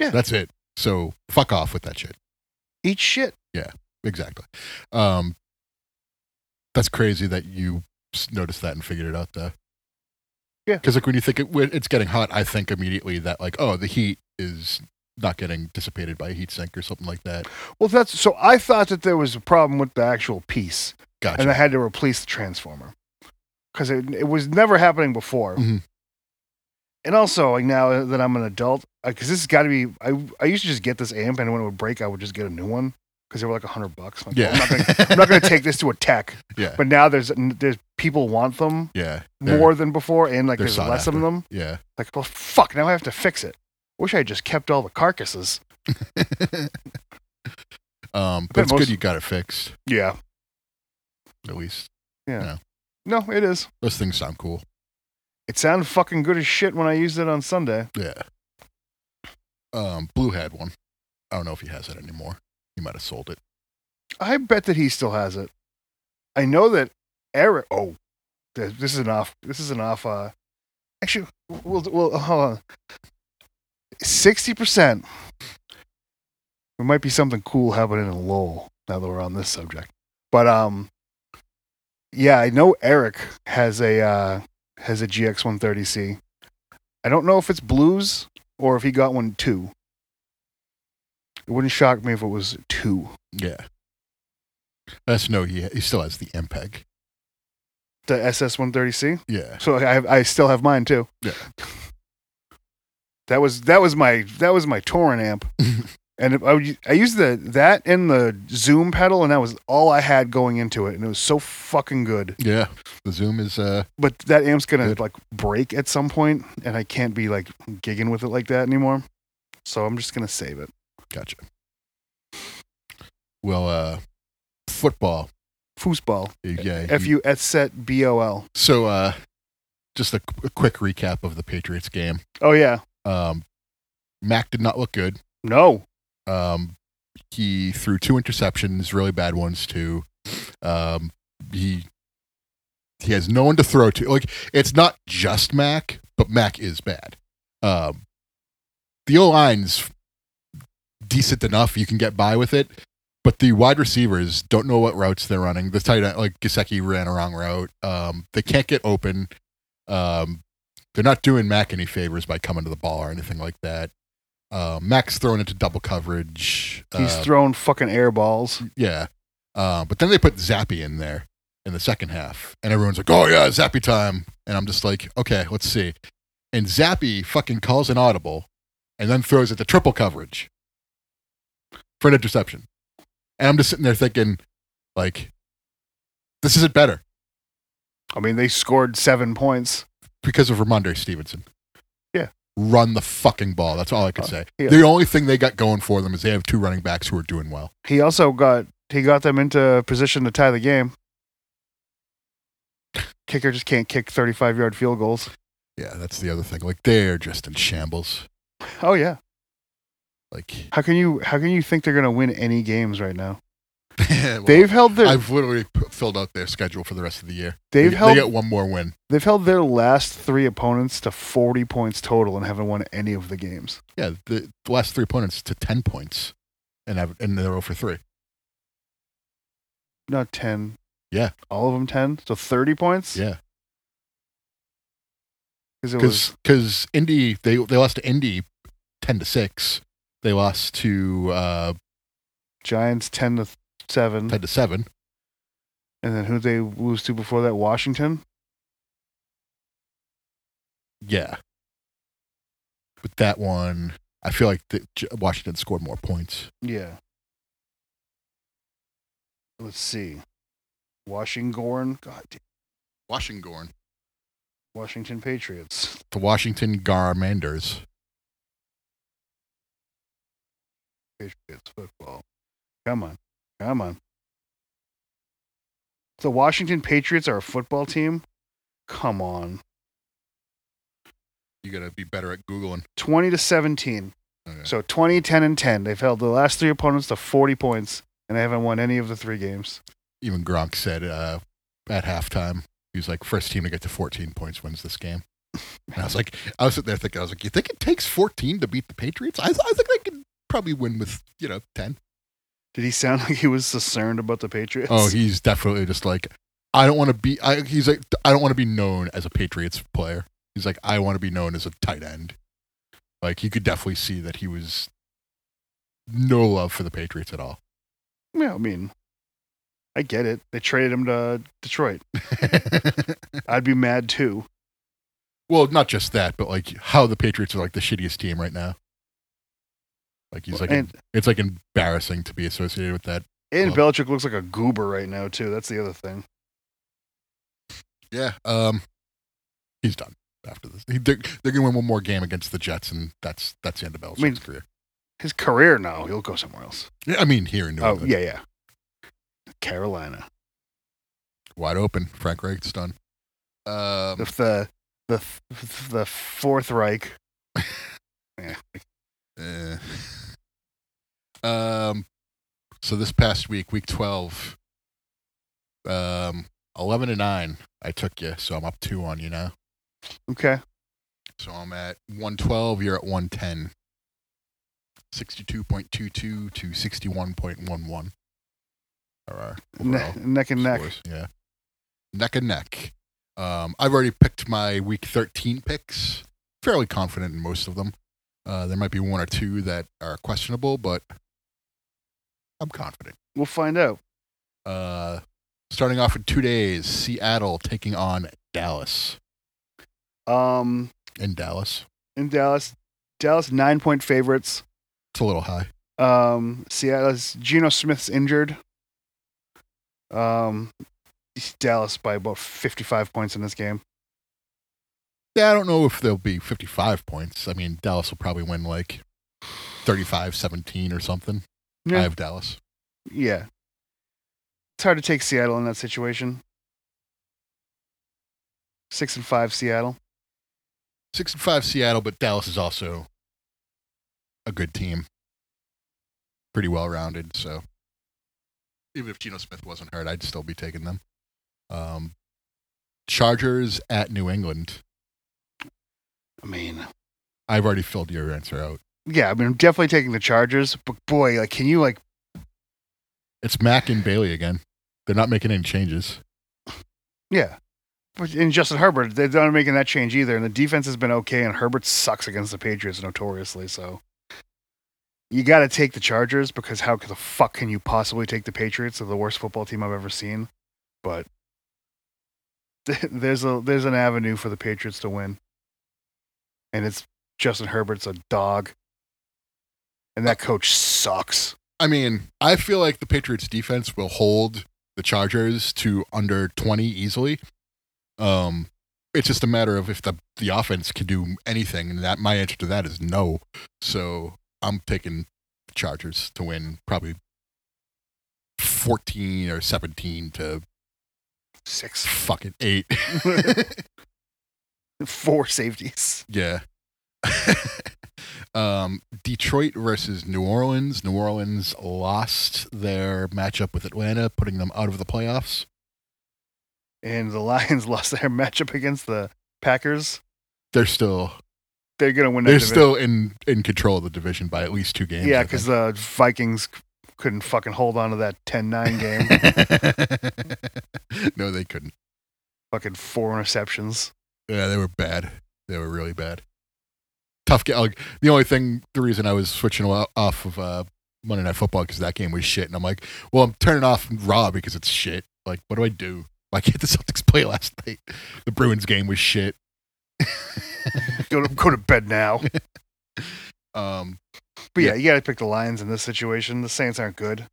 Speaker 1: Yeah.
Speaker 2: that's it. So fuck off with that shit.
Speaker 1: eat shit.
Speaker 2: Exactly. Um, that's crazy that you s- noticed that and figured it out though.
Speaker 1: Yeah.
Speaker 2: Because like when you think it, when it's getting hot, I think immediately that like oh the heat is not getting dissipated by a heat sink or something like that.
Speaker 1: Well, that's so I thought that there was a problem with the actual piece,
Speaker 2: Gotcha.
Speaker 1: and I had to replace the transformer because it it was never happening before.
Speaker 2: Mhm.
Speaker 1: And also, like now that I'm an adult, because this has got to be, I, I used to just get this amp, and when it would break, I would just get a new one because they were like a hundred bucks. Like,
Speaker 2: yeah.
Speaker 1: I'm not gonna, I'm not gonna take this to a tech.
Speaker 2: yeah.
Speaker 1: But now there's there's people want them
Speaker 2: Yeah. They're-
Speaker 1: more than before, and like
Speaker 2: they're
Speaker 1: there's
Speaker 2: sought
Speaker 1: less of
Speaker 2: after.
Speaker 1: them.
Speaker 2: Yeah.
Speaker 1: Like, well, fuck, now I have to fix it. Wish I had just kept all the carcasses.
Speaker 2: um,
Speaker 1: bet
Speaker 2: but it's
Speaker 1: most-
Speaker 2: good you got it fixed
Speaker 1: Yeah.
Speaker 2: at least.
Speaker 1: No, it is.
Speaker 2: Those things sound cool.
Speaker 1: It sounded fucking good as shit when I used it on Sunday.
Speaker 2: Yeah. Um, Blue had one. I don't know if he has it anymore. He might have sold it.
Speaker 1: I bet that he still has it. I know that Eric. Oh, th- this is an off. This is an off. Uh, actually, we'll we'll oh, hold on. Sixty percent. There might be something cool happening in Lowell now that we're on this subject. But um, yeah, I know Eric has a uh, has a GX one thirty C. I don't know if it's blues or if he got one too. It wouldn't shock me if it was two.
Speaker 2: Yeah. That's no. He he still has the MPEG.
Speaker 1: the SS130C.
Speaker 2: Yeah.
Speaker 1: So I have, I still have mine too.
Speaker 2: Yeah.
Speaker 1: That was that was my that was my Torrent amp, and if I would, I used the that and the Zoom pedal, and that was all I had going into it, and it was so fucking good.
Speaker 2: Yeah. The Zoom is uh.
Speaker 1: But that amp's gonna
Speaker 2: Good.
Speaker 1: like break at some point, and I can't be like gigging with it like that anymore. So I'm just gonna save it.
Speaker 2: Gotcha. Well, uh, football.
Speaker 1: Foosball.
Speaker 2: Yeah.
Speaker 1: F
Speaker 2: he-
Speaker 1: U S set B O L.
Speaker 2: So uh, just a, qu- a quick recap of the Patriots game.
Speaker 1: Oh yeah.
Speaker 2: Um, Mac did not look good.
Speaker 1: No.
Speaker 2: Um, he threw two interceptions, really bad ones too. Um, he he has no one to throw to. Like it's not just Mac, but Mac is bad. Um, the O line's decent enough; you can get by with it. But the wide receivers don't know what routes they're running. The tight end, like Gasecki, ran a wrong route. Um, they can't get open. Um, they're not doing Mac any favors by coming to the ball or anything like that. Uh, Mac's thrown into double coverage.
Speaker 1: He's
Speaker 2: Uh,
Speaker 1: throwing fucking air balls.
Speaker 2: yeah. Uh, but then they put Zappy in there in the second half, and everyone's like, "Oh yeah, Zappy time!" And I'm just like, "Okay, let's see." And Zappy fucking calls an audible, and then throws it to triple coverage for an interception. And I'm just sitting there thinking, like, this isn't better
Speaker 1: I mean, they scored seven points.
Speaker 2: because of Ramondre Stevenson.
Speaker 1: Yeah.
Speaker 2: run the fucking ball. That's all I could
Speaker 1: Uh,
Speaker 2: say.
Speaker 1: yeah.
Speaker 2: The only thing they got going for them is they have two running backs who are doing well.
Speaker 1: He also got he got them into position to tie the game. Kicker just can't kick 35 yard field goals.
Speaker 2: Yeah, that's the other thing. Like they're just in shambles.
Speaker 1: Oh yeah.
Speaker 2: Like
Speaker 1: How can you how can you think they're going to win any games right now? they've held their
Speaker 2: I've literally p- filled out their schedule for the rest of the year.
Speaker 1: they've
Speaker 2: they,
Speaker 1: held
Speaker 2: they get one more win.
Speaker 1: they've held their last 3 opponents to 40 points total and haven't won any of the games.
Speaker 2: Yeah, the, the last three opponents to ten points, and have, and they're zero for three.
Speaker 1: Not 10.
Speaker 2: Yeah.
Speaker 1: All of them 10. So 30 points?
Speaker 2: Yeah,
Speaker 1: Cuz it was
Speaker 2: because because Indy they they lost to Indy ten to six. They lost to uh,
Speaker 1: Giants 10 to 7
Speaker 2: ten to seven.
Speaker 1: and then who they lose to before that Washington?
Speaker 2: Yeah, but that one I feel like the, J- Washington scored more points.
Speaker 1: Yeah. Let's see. Washington, God, damn,
Speaker 2: Washington,
Speaker 1: Washington Patriots.
Speaker 2: the Washington Garmanders.
Speaker 1: Patriots football. Come on, come on. The Washington Patriots are a football team. Come on,
Speaker 2: You gotta be better at googling.
Speaker 1: twenty to seventeen.
Speaker 2: Okay.
Speaker 1: So 20, 10, and ten. They've held the last three opponents to forty points, and they haven't won any of the three games.
Speaker 2: Even Gronk said uh, at halftime, he was like, first team to get to 14 points wins this game. And I was like, I was sitting there thinking, I was like, you think it takes 14 to beat the Patriots? I, I think they could probably win with, you know, 10.
Speaker 1: Did he sound like he was concerned about the Patriots?
Speaker 2: Oh, he's definitely just like, I don't want to be, I, he's like, I don't want to be known as a Patriots player. He's like, I want to be known as a tight end. Like, you could definitely see that he was no love for the Patriots at all.
Speaker 1: yeah. I mean, I get it. They traded him to Detroit. I'd be mad too.
Speaker 2: Well, not just that, but like how the Patriots are like the shittiest team right now. Like he's like
Speaker 1: and
Speaker 2: it's like embarrassing to be associated with that.
Speaker 1: and
Speaker 2: well-
Speaker 1: Belichick looks like a goober right now too. That's the other thing.
Speaker 2: Yeah. Um he's done after this. He, they're, they're gonna win one more game against the Jets and that's that's the end of
Speaker 1: I
Speaker 2: Belichick's
Speaker 1: mean-
Speaker 2: career.
Speaker 1: His career now, he'll go somewhere else.
Speaker 2: Yeah, I mean here in New
Speaker 1: Oh
Speaker 2: England.
Speaker 1: yeah, yeah. Carolina.
Speaker 2: Wide open. Frank Reich's done. Um
Speaker 1: If the the the Fourth Reich.
Speaker 2: eh. Um so this past week, week twelve, um eleven to nine, I took you, so I'm up two on you now.
Speaker 1: Okay.
Speaker 2: So I'm at 112, you're at 110. 62.22 to 61.11. Are our
Speaker 1: Ne-
Speaker 2: overall
Speaker 1: neck and neck.
Speaker 2: scores. Yeah. Neck and neck. Um, I've already picked my week 13 picks. Fairly confident in most of them. Uh, there might be one or two that are questionable, but I'm confident.
Speaker 1: We'll find out.
Speaker 2: Uh, starting off with two days, Seattle taking on Dallas.
Speaker 1: Um,
Speaker 2: In Dallas,
Speaker 1: in Dallas, Dallas nine point favorites.
Speaker 2: it's a little high.
Speaker 1: Um, Seattle's Geno Smith's injured. Um, Dallas by about fifty five points in this game.
Speaker 2: Yeah, I don't know if they'll be 55 points. I mean, Dallas will probably win like 35 17 or something.
Speaker 1: Yeah.
Speaker 2: I have Dallas.
Speaker 1: Yeah. It's hard to take Seattle in that situation. Six and five Seattle.
Speaker 2: 6 and 5 Seattle, but Dallas is also a good team. Pretty well rounded. So even if Geno Smith wasn't hurt, I'd still be taking them. Um, Chargers at New England.
Speaker 1: I mean,
Speaker 2: I've already filled your answer out.
Speaker 1: yeah, I mean, I'm definitely taking the Chargers, but boy, like, can you, like,
Speaker 2: It's Mack and Bailey again. They're not making any changes.
Speaker 1: yeah. But in Justin Herbert, they're not making that change either, and the defense has been okay, and Herbert sucks against the Patriots notoriously, so. You got to take the Chargers because how the fuck can you possibly take the Patriots? They're the worst football team I've ever seen. But there's a there's an avenue for the Patriots to win, and it's Justin Herbert's a dog, and that coach sucks.
Speaker 2: I mean, I feel like the Patriots defense will hold the Chargers to under 20 easily. Um, It's just a matter of if the the offense can do anything, and that my answer to that is no. So I'm taking the Chargers to win probably fourteen or seventeen to
Speaker 1: Six,
Speaker 2: fucking eight.
Speaker 1: four safeties.
Speaker 2: yeah. um, Detroit versus New Orleans. New Orleans lost their matchup with Atlanta, putting them out of the playoffs.
Speaker 1: And the Lions lost their matchup against the Packers.
Speaker 2: They're still
Speaker 1: They're gonna win. That
Speaker 2: they're
Speaker 1: division.
Speaker 2: still in in control of the division by at least two games.
Speaker 1: yeah,
Speaker 2: I
Speaker 1: because
Speaker 2: think.
Speaker 1: the Vikings c- couldn't fucking hold on to that 10-9 game.
Speaker 2: no, they couldn't.
Speaker 1: fucking four interceptions.
Speaker 2: Yeah, they were bad. They were really bad. Tough game. Like, the only thing, the reason I was switching o- off of uh, Monday Night Football because that game was shit, and I'm like, well, I'm turning off Raw because it's shit. Like, what do I do? Why can't the Celtics play last night? The Bruins game was shit.
Speaker 1: Go to, go to bed now.
Speaker 2: Um,
Speaker 1: But yeah, you got to pick the Lions in this situation. The Saints aren't good.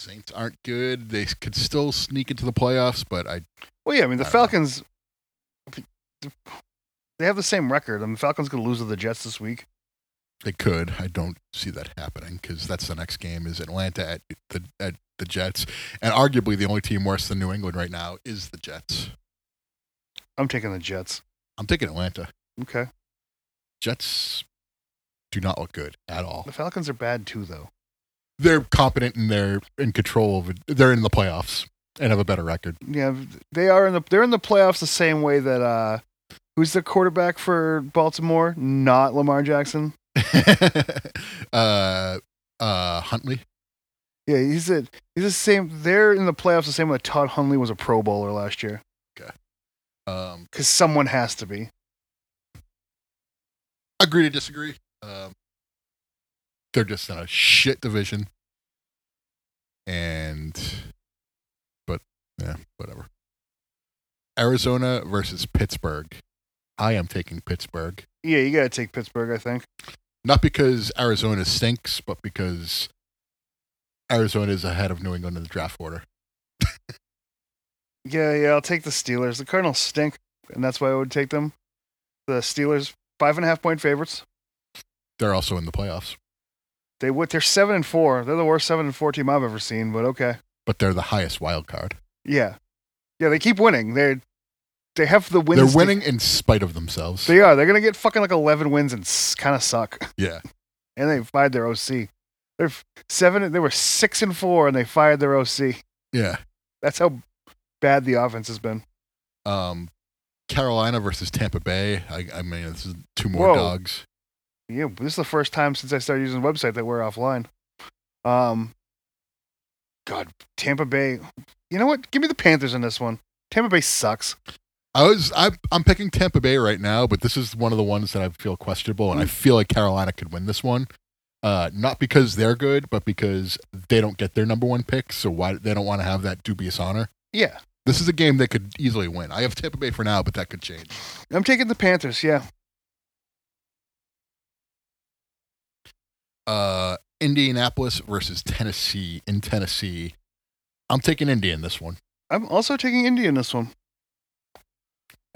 Speaker 2: Saints aren't good. They could still sneak into the playoffs, but I
Speaker 1: Well, yeah, I mean the
Speaker 2: I don't know.
Speaker 1: Falcons. They have the same record. I mean, the Falcons could lose to the Jets this week.
Speaker 2: They could. I don't see that happening because that's the next game is Atlanta at the at the Jets, and arguably the only team worse than New England right now is the Jets.
Speaker 1: I'm taking the Jets.
Speaker 2: I'm taking Atlanta.
Speaker 1: Okay.
Speaker 2: Jets do not look good at all.
Speaker 1: The Falcons are bad too, though.
Speaker 2: They're competent and they're in control of it. They're in the playoffs and have a better record.
Speaker 1: Yeah, they are in the they're in the playoffs the same way that uh, who's the quarterback for Baltimore? Not Lamar Jackson.
Speaker 2: uh, uh, Huntley.
Speaker 1: Yeah, he's a he's the same. They're in the playoffs the same way Todd Hunley was a Pro Bowler last year
Speaker 2: Um,
Speaker 1: because someone has to be.
Speaker 2: agree to disagree. Um, they're just in a shit division, and but yeah, whatever. Arizona versus Pittsburgh. I am taking Pittsburgh,
Speaker 1: Yeah, you got to take Pittsburgh. I think.
Speaker 2: not because Arizona stinks, but because Arizona is ahead of New England in the draft order.
Speaker 1: Yeah, yeah, I'll take the Steelers. The Cardinals stink, and that's why I would take them. The Steelers five and a half point favorites.
Speaker 2: They're also in the playoffs,
Speaker 1: They would. They're seven and four. They're the worst seven and four team I've ever seen. But okay.
Speaker 2: but they're the highest wild card.
Speaker 1: Yeah, yeah. They keep winning. They are they have the wins.
Speaker 2: they're winning in spite of themselves.
Speaker 1: They are. They're gonna get fucking like eleven wins and kind of suck.
Speaker 2: yeah,
Speaker 1: And they fired their OC. They're f- seven. They were six and four, and they fired their OC.
Speaker 2: yeah.
Speaker 1: That's how bad the offense has been.
Speaker 2: um, Carolina versus Tampa Bay. I, I mean, this is two more
Speaker 1: Whoa.
Speaker 2: dogs.
Speaker 1: Yeah, this is the first time since I started using the website that we're offline. Um, God, Tampa Bay. You know what? Give me the Panthers in this one. Tampa Bay sucks.
Speaker 2: I was I, I'm picking Tampa Bay right now, but this is one of the ones that I feel questionable, and I feel like Carolina could win this one. Uh, not because they're good, but because they don't get their number one pick, so why they don't want to have that dubious honor.
Speaker 1: Yeah,
Speaker 2: This is a game they could easily win. I have Tampa Bay for now, but that could change.
Speaker 1: I'm taking the Panthers. Yeah,
Speaker 2: Uh, Indianapolis versus Tennessee in Tennessee. I'm taking Indy in this one.
Speaker 1: I'm also taking Indy in this one.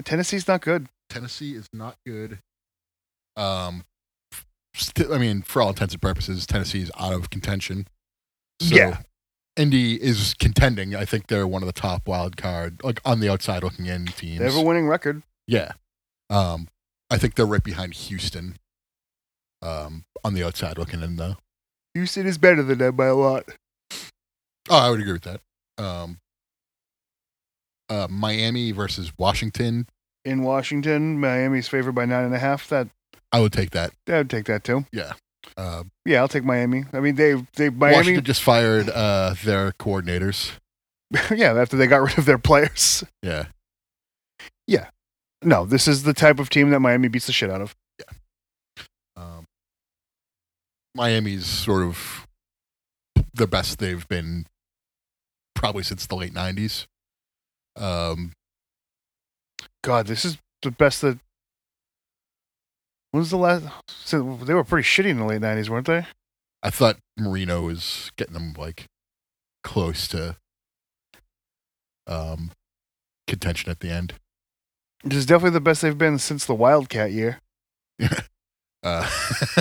Speaker 1: Tennessee's not good.
Speaker 2: Tennessee is not good. Um, st- I mean, for all intents and purposes, Tennessee is out of contention. So
Speaker 1: Yeah.
Speaker 2: Indy is contending. I think they're one of the top wild card, like on the outside looking in teams.
Speaker 1: They have a winning record.
Speaker 2: yeah. Um, I think they're right behind Houston. Um, on the outside looking in though.
Speaker 1: Houston is better than them by a lot.
Speaker 2: Oh, I would agree with that. Um, uh, Miami versus Washington.
Speaker 1: In Washington, Miami's favored by nine and a half. That
Speaker 2: I would take that.
Speaker 1: I would take that too.
Speaker 2: Uh,
Speaker 1: Yeah, I'll take Miami. I mean, they they Miami.
Speaker 2: Washington just fired uh, their coordinators.
Speaker 1: yeah, after they got rid of their players.
Speaker 2: Yeah.
Speaker 1: No, this is the type of team that Miami beats the shit out of.
Speaker 2: um, Miami's sort of the best they've been probably since the late '90s. Um,
Speaker 1: God, this is the best that. When was the last? So they were pretty shitty in the late nineties, weren't they?
Speaker 2: I thought Marino was getting them like close to um, contention at the end.
Speaker 1: This is definitely the best they've been since the Wildcat year.
Speaker 2: Uh,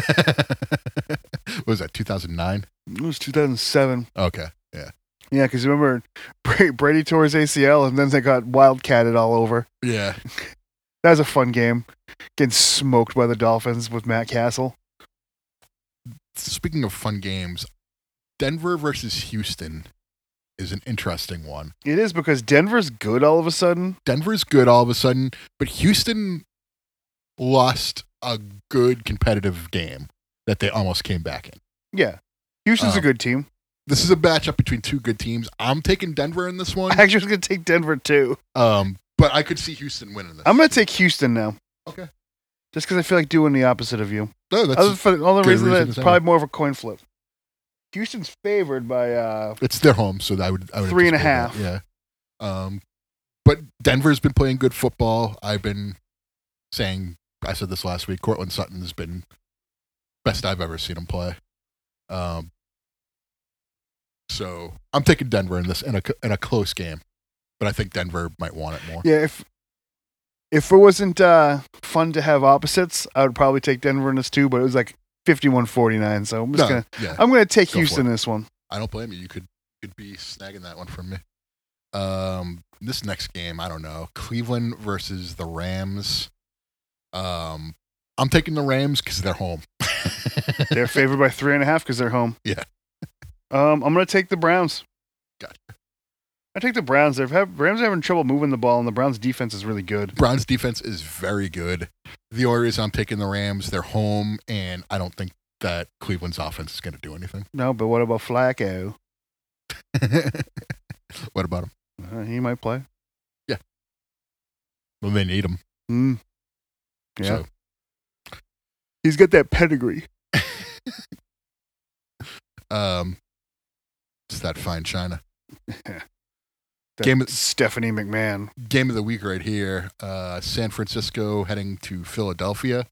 Speaker 2: what was that? Two thousand nine.
Speaker 1: It was 2007.
Speaker 2: Okay.
Speaker 1: Yeah, because remember, Bra- Brady tore his ACL and then they got Wildcatted all over.
Speaker 2: Yeah.
Speaker 1: That was a fun game. Getting smoked by the Dolphins with Matt Castle.
Speaker 2: Speaking of fun games, Denver versus Houston is an interesting one.
Speaker 1: It is because Denver's good all of a sudden.
Speaker 2: Denver's good all of a sudden, but Houston lost a good competitive game that they almost came back in.
Speaker 1: Yeah. Houston's a
Speaker 2: Um,
Speaker 1: good team.
Speaker 2: This is a matchup between two good teams. I'm taking Denver in this one,
Speaker 1: I actually was going to take Denver too.
Speaker 2: um, but I could see Houston winning this.
Speaker 1: I'm going to take Houston now.
Speaker 2: Okay.
Speaker 1: Just because I feel like doing the opposite of you.
Speaker 2: no, that's
Speaker 1: Other for the only
Speaker 2: good
Speaker 1: reason,
Speaker 2: reason
Speaker 1: that it's
Speaker 2: to say
Speaker 1: probably more of a coin flip. Houston's favored by uh
Speaker 2: it's their home, so I would I would
Speaker 1: Three and a
Speaker 2: anticipate that, Yeah, um, but Denver's been playing good football. I've been saying I said this last week. Cortland Sutton's been best I've ever seen him play. Um, so I'm taking Denver in this in a in a close game, but I think Denver might want it more.
Speaker 1: yeah, if if it wasn't uh fun to have opposites, I would probably take Denver in this too, but it was like 51-49, so I'm just
Speaker 2: No,
Speaker 1: going to
Speaker 2: yeah,
Speaker 1: I'm going to take
Speaker 2: Go for
Speaker 1: Houston
Speaker 2: it.
Speaker 1: in this one.
Speaker 2: I don't blame you. You could could be snagging that one from me. Um, this next game, I don't know. Cleveland versus the Rams. Um, I'm taking the Rams because they're home.
Speaker 1: They're favored by three and a half because they're home.
Speaker 2: Yeah.
Speaker 1: Um, I'm gonna take the Browns.
Speaker 2: Gotcha.
Speaker 1: I take the Browns. They've have, Rams are having trouble moving the ball, and the Browns' defense is really good.
Speaker 2: Browns defense is very good. The only reason I'm taking the Rams, they're home, and I don't think that Cleveland's offense is going to do anything.
Speaker 1: No, but what about Flacco?
Speaker 2: what about them?
Speaker 1: Uh, he might play.
Speaker 2: Well, they need them.
Speaker 1: Mm. Yeah, he's got that pedigree.
Speaker 2: So, um, it's that fine China.
Speaker 1: That
Speaker 2: Game of-
Speaker 1: Stephanie McMahon.
Speaker 2: game of the week right here. Uh, San Francisco heading to Philadelphia.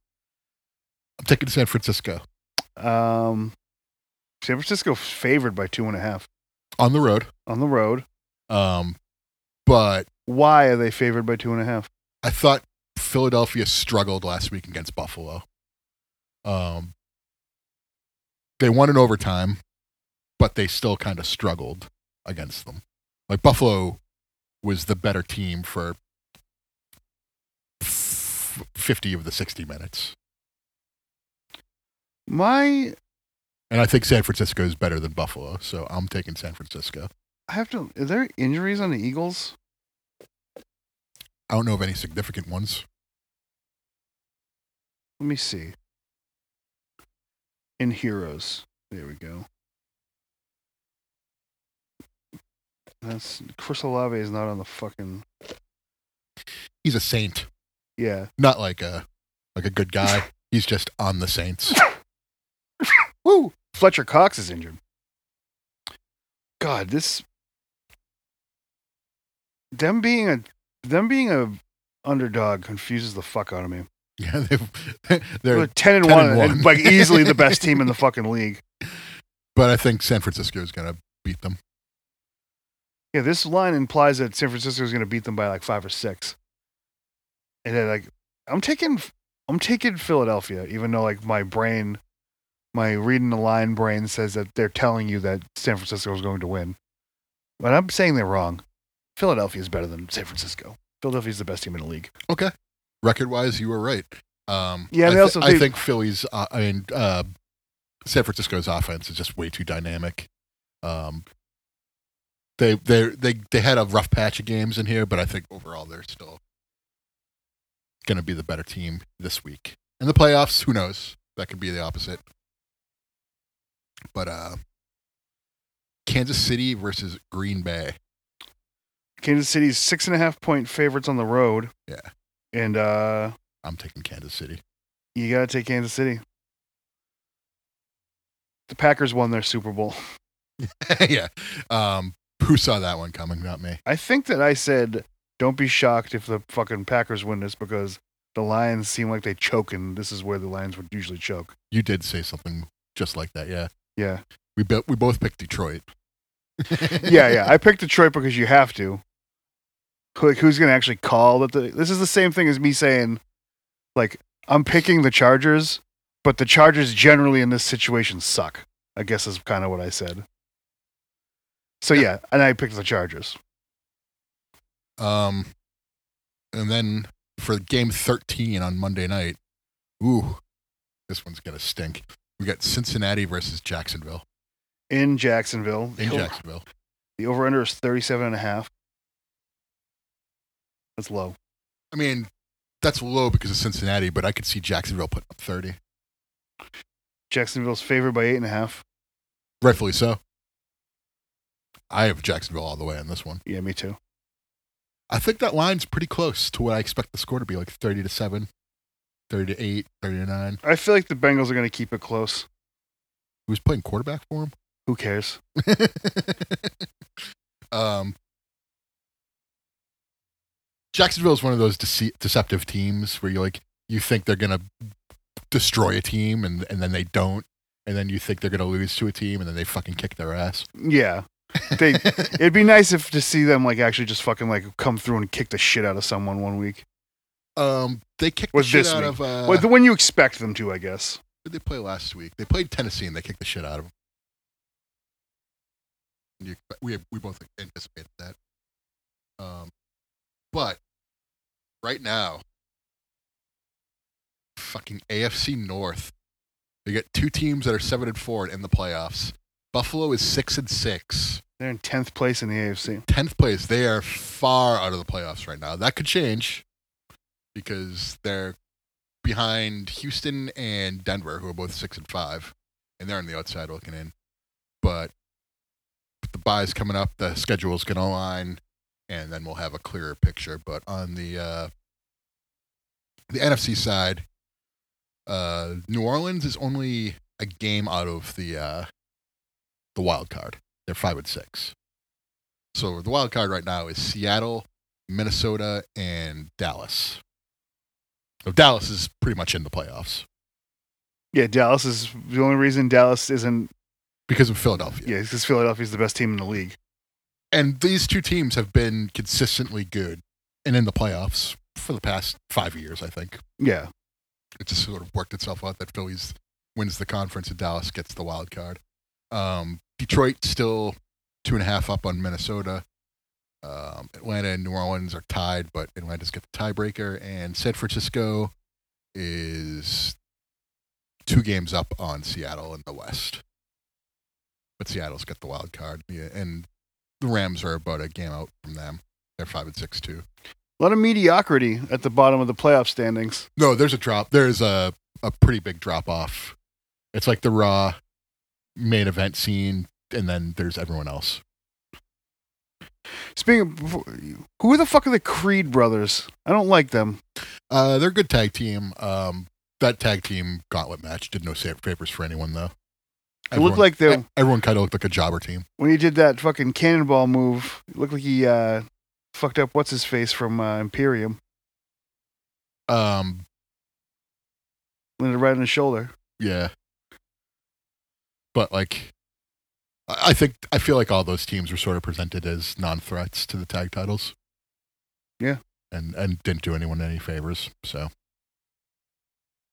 Speaker 2: I'm taking San Francisco
Speaker 1: Um, San Francisco favored by two and a half
Speaker 2: on the road.
Speaker 1: on the road.
Speaker 2: Um, but
Speaker 1: Why are they favored by two and a half?
Speaker 2: I thought Philadelphia struggled last week against Buffalo. Um, they won in overtime, but they still kind of struggled against them. Like Buffalo was the better team for f- 50 of the 60 minutes.
Speaker 1: My,
Speaker 2: And I think San Francisco is better than Buffalo, so I'm taking San Francisco.
Speaker 1: I have to. Are there injuries on the Eagles?
Speaker 2: I don't know of any significant ones.
Speaker 1: Let me see. In Heroes. There we go. That's Chris Olave is not on the fucking
Speaker 2: He's a saint,
Speaker 1: Yeah.
Speaker 2: not like a like a good guy. He's just on the Saints. Woo!
Speaker 1: Fletcher Cox is injured. God, this them being a them being a underdog confuses the fuck out of me.
Speaker 2: Yeah, they've,
Speaker 1: They're
Speaker 2: they're.
Speaker 1: ten and
Speaker 2: 10
Speaker 1: one,
Speaker 2: and
Speaker 1: and,
Speaker 2: one.
Speaker 1: like easily the best team in the fucking league.
Speaker 2: But I think San Francisco is gonna beat them.
Speaker 1: Yeah, this line implies that San Francisco is going to beat them by like five or six. And then like, I'm taking, I'm taking Philadelphia, even though like my brain, my reading the line brain says that they're telling you that San Francisco is going to win, but I'm saying they're wrong. Philadelphia is better than San Francisco. Philadelphia's the best team in the league.
Speaker 2: Okay, record-wise, you were right. Um,
Speaker 1: Yeah,
Speaker 2: I,
Speaker 1: they
Speaker 2: thi-
Speaker 1: also
Speaker 2: I
Speaker 1: do-
Speaker 2: think Philly's. Uh, I mean, uh, San Francisco's offense is just way too dynamic. Um, they they they they had a rough patch of games in here, but I think overall they're still going to be the better team this week. In the playoffs, who knows? That could be the opposite. But uh, Kansas City versus Green Bay.
Speaker 1: Kansas City's six and a half point favorites on the road.
Speaker 2: Yeah.
Speaker 1: And uh,
Speaker 2: I'm taking Kansas City.
Speaker 1: you gotta take Kansas City. The Packers won their Super Bowl.
Speaker 2: yeah. Um, who saw that one coming? Not me.
Speaker 1: I think that I said, "Don't be shocked if the fucking Packers win this because the Lions seem like they choke, and this is where the Lions would usually choke."
Speaker 2: You did say something just like that. Yeah.
Speaker 1: Yeah,
Speaker 2: We bet we both picked Detroit.
Speaker 1: yeah, yeah. I picked Detroit because you have to, Like, who's gonna actually call? That the this is the same thing as me saying, like, I'm picking the Chargers, but the Chargers generally in this situation suck. I guess is kind of what I said. So yeah, and I picked the Chargers.
Speaker 2: Um, and then for game 13 on Monday night, ooh, this one's gonna stink. We got Cincinnati versus Jacksonville
Speaker 1: in Jacksonville. The
Speaker 2: in
Speaker 1: over-
Speaker 2: Jacksonville.
Speaker 1: The over under is 37 and a half. That's low.
Speaker 2: I mean, that's low because of Cincinnati, but I could see Jacksonville putting up 30.
Speaker 1: Jacksonville's favored by eight and a half.
Speaker 2: Rightfully so. I have Jacksonville all the way on this one.
Speaker 1: Yeah, me too.
Speaker 2: I think that line's pretty close to what I expect the score to be like 30 to 7, 30 to 8, 30 to 9.
Speaker 1: I feel like the Bengals are going to keep it close.
Speaker 2: Who's playing quarterback for him?
Speaker 1: Who cares?
Speaker 2: um, Jacksonville is one of those dece- deceptive teams where you like you think they're gonna destroy a team and and then they don't, and then you think they're gonna lose to a team and then they fucking kick their ass.
Speaker 1: Yeah. They it'd be nice if to see them like actually just fucking like come through and kick the shit out of someone one week.
Speaker 2: um, they kicked the
Speaker 1: Was
Speaker 2: shit
Speaker 1: this
Speaker 2: out
Speaker 1: week?
Speaker 2: of. Uh,
Speaker 1: well, the when you expect them to, I guess.
Speaker 2: Who'd they play last week? They played Tennessee and they kicked the shit out of them. You, we we both anticipated that. Um, but right now, fucking AFC North, you get two teams that are seven and four and in the playoffs. Buffalo is six and six,
Speaker 1: They're in 10th place in the AFC.
Speaker 2: tenth place. They are far out of the playoffs right now. That could change because they're behind Houston and Denver, who are both six and five, and they're on the outside looking in. But with the buys coming up, the schedule's going to align, and then we'll have a clearer picture. But on the uh, the NFC side, uh, New Orleans is only a game out of the uh, the wild card. They're five and six. So the wild card right now is Seattle, Minnesota, and Dallas. So Dallas is pretty much in the playoffs
Speaker 1: Yeah, Dallas is the only reason Dallas isn't.
Speaker 2: because of Philadelphia.
Speaker 1: Yeah, because Philadelphia's the best team in the league.
Speaker 2: And these two teams have been consistently good and in the playoffs for the past five years, I think.
Speaker 1: Yeah,
Speaker 2: It just sort of worked itself out that Phillies wins the conference and Dallas gets the wild card. Um, Detroit still two and a half up on Minnesota. Um, Atlanta and New Orleans are tied, but Atlanta's got the tiebreaker. And San Francisco is two games up on Seattle in the West. But Seattle's got the wild card. Yeah, and the Rams are about a game out from them. They're five and six too.
Speaker 1: a lot of mediocrity at the bottom of the playoff standings.
Speaker 2: No, there's a drop. There's a a pretty big drop off. It's like the raw main event scene, and then there's everyone else.
Speaker 1: Speaking, of, before- who the fuck are the Creed brothers? I don't like them.
Speaker 2: Uh, they're a good tag team. Um, that tag team gauntlet match did no sa- favors for anyone though.
Speaker 1: It looked like they
Speaker 2: e- everyone kind of looked like a jobber team.
Speaker 1: when he did that fucking cannonball move. It looked like he uh, fucked up what's his face from uh, Imperium,
Speaker 2: Um,
Speaker 1: landed right on his shoulder.
Speaker 2: yeah, but like, I I think I feel like all those teams were sort of presented as non-threats to the tag titles.
Speaker 1: Yeah.
Speaker 2: and and didn't do anyone any favors. So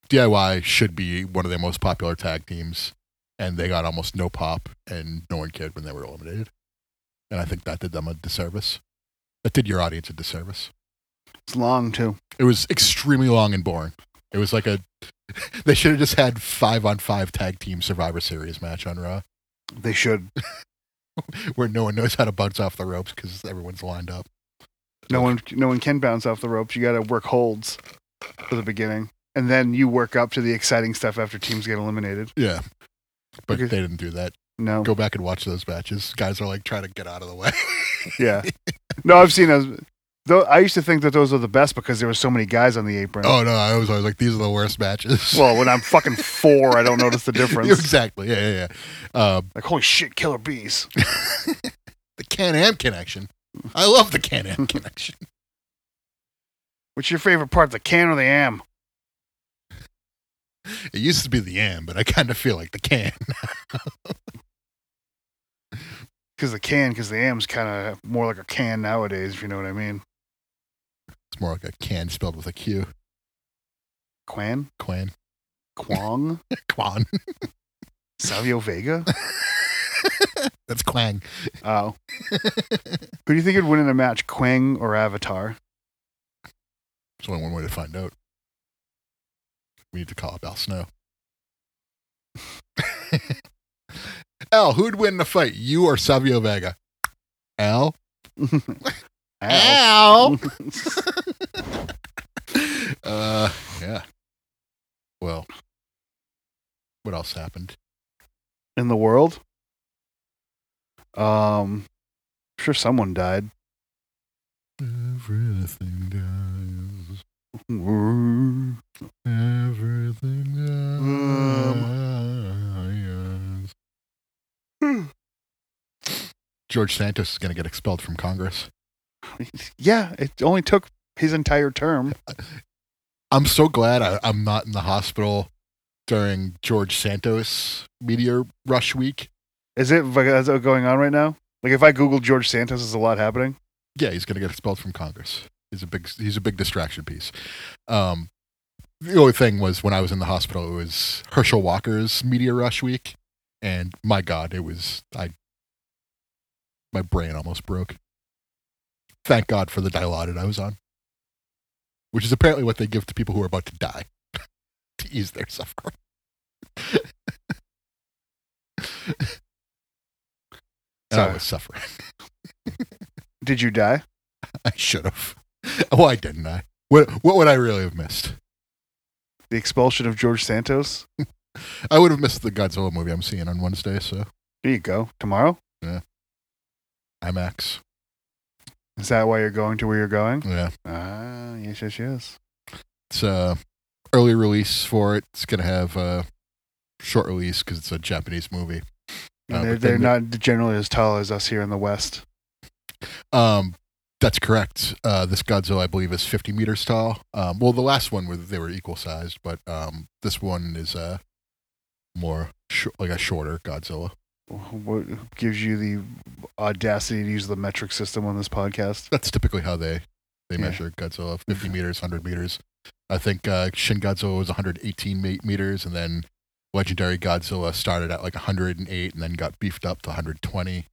Speaker 2: DIY should be one of their most popular tag teams, and they got almost no pop, and no one cared when they were eliminated. And I think that did them a disservice. That did your audience a disservice.
Speaker 1: It's long too.
Speaker 2: It was extremely long and boring. It was like a. They should have just had five on five tag team Survivor Series match on Raw,
Speaker 1: They should.
Speaker 2: where no one knows how to bounce off the ropes because everyone's lined up.
Speaker 1: No one, no one can bounce off the ropes. You got to work holds for the beginning, and then you work up to the exciting stuff after teams get eliminated.
Speaker 2: Yeah, but
Speaker 1: Okay.
Speaker 2: they didn't do that.
Speaker 1: No,
Speaker 2: Go back and watch those matches. Guys are like trying to get out of the way.
Speaker 1: yeah, no. I've seen those. Though I used to think that those were the best because there were so many guys on the apron.
Speaker 2: oh no! I was always like, these are the worst matches.
Speaker 1: Well, when I'm fucking four, I don't notice the difference.
Speaker 2: exactly. Yeah, yeah, yeah. Uh,
Speaker 1: Like, holy shit, killer bees.
Speaker 2: the Can Am connection. I love the Can Am connection.
Speaker 1: What's your favorite part, the can or the am?
Speaker 2: It used to be the Am, but I kind of feel like the Can.
Speaker 1: Because the can, because the am's kind of more like a can nowadays, if you know what I mean.
Speaker 2: It's more like a can spelled with a Q.
Speaker 1: Quan?
Speaker 2: Quan.
Speaker 1: Kwong?
Speaker 2: Quan.
Speaker 1: Savio Vega?
Speaker 2: That's Quang.
Speaker 1: Oh. Who do you think would win in a match, Quang or Avatar?
Speaker 2: There's only one way to find out. We need to call up Al Snow. Al, who'd win in a fight, you or Savio Vega? Al? Eh.
Speaker 1: Ow.
Speaker 2: uh, yeah. Well, what else happened?
Speaker 1: in the world? Um, I'm sure someone died.
Speaker 2: Everything dies.
Speaker 1: Ooh.
Speaker 2: Everything dies. George Santos is going to get expelled from Congress.
Speaker 1: Yeah, it only took his entire term.
Speaker 2: I'm so glad I, I'm not in the hospital during George Santos meteor rush week.
Speaker 1: Is it, is that going on right now? Like, if I Google George Santos, is a lot happening?
Speaker 2: yeah, he's going to get expelled from Congress. He's a big he's a big distraction piece. Um, the only thing was when I was in the hospital, it was Herschel Walker's media rush week, and my God, it was I my brain almost broke. Thank God for the dilaudid I was on, which is apparently what they give to people who are about to die to ease their suffering. And I
Speaker 1: Sorry.
Speaker 2: was suffering.
Speaker 1: Did you die?
Speaker 2: I should have. Why didn't I? What what would I really have missed?
Speaker 1: The expulsion of George Santos?
Speaker 2: I would have missed the Godzilla movie I'm seeing on Wednesday, so
Speaker 1: There you go. Tomorrow?
Speaker 2: IMAX.
Speaker 1: Is that why you're going to where you're going?
Speaker 2: Yeah.
Speaker 1: Ah, yes, yes, yes.
Speaker 2: It's uh early release for it. It's going to have a short release cuz it's a Japanese movie. Uh,
Speaker 1: And they're
Speaker 2: but then
Speaker 1: they're not generally as tall as us here in the West.
Speaker 2: Um, that's correct. Uh, this Godzilla, I believe, is 50 meters tall. Um, well, the last one where they were equal sized, but um, this one is uh, more sh- like a shorter Godzilla.
Speaker 1: What gives you the audacity to use the metric system on this podcast?
Speaker 2: That's typically how they they
Speaker 1: Yeah.
Speaker 2: measure Godzilla: 50
Speaker 1: Mhm.
Speaker 2: meters, 100 meters. I think uh, Shin Godzilla was 118 ma- meters, and then Legendary Godzilla started at like 108, and then got beefed up to 120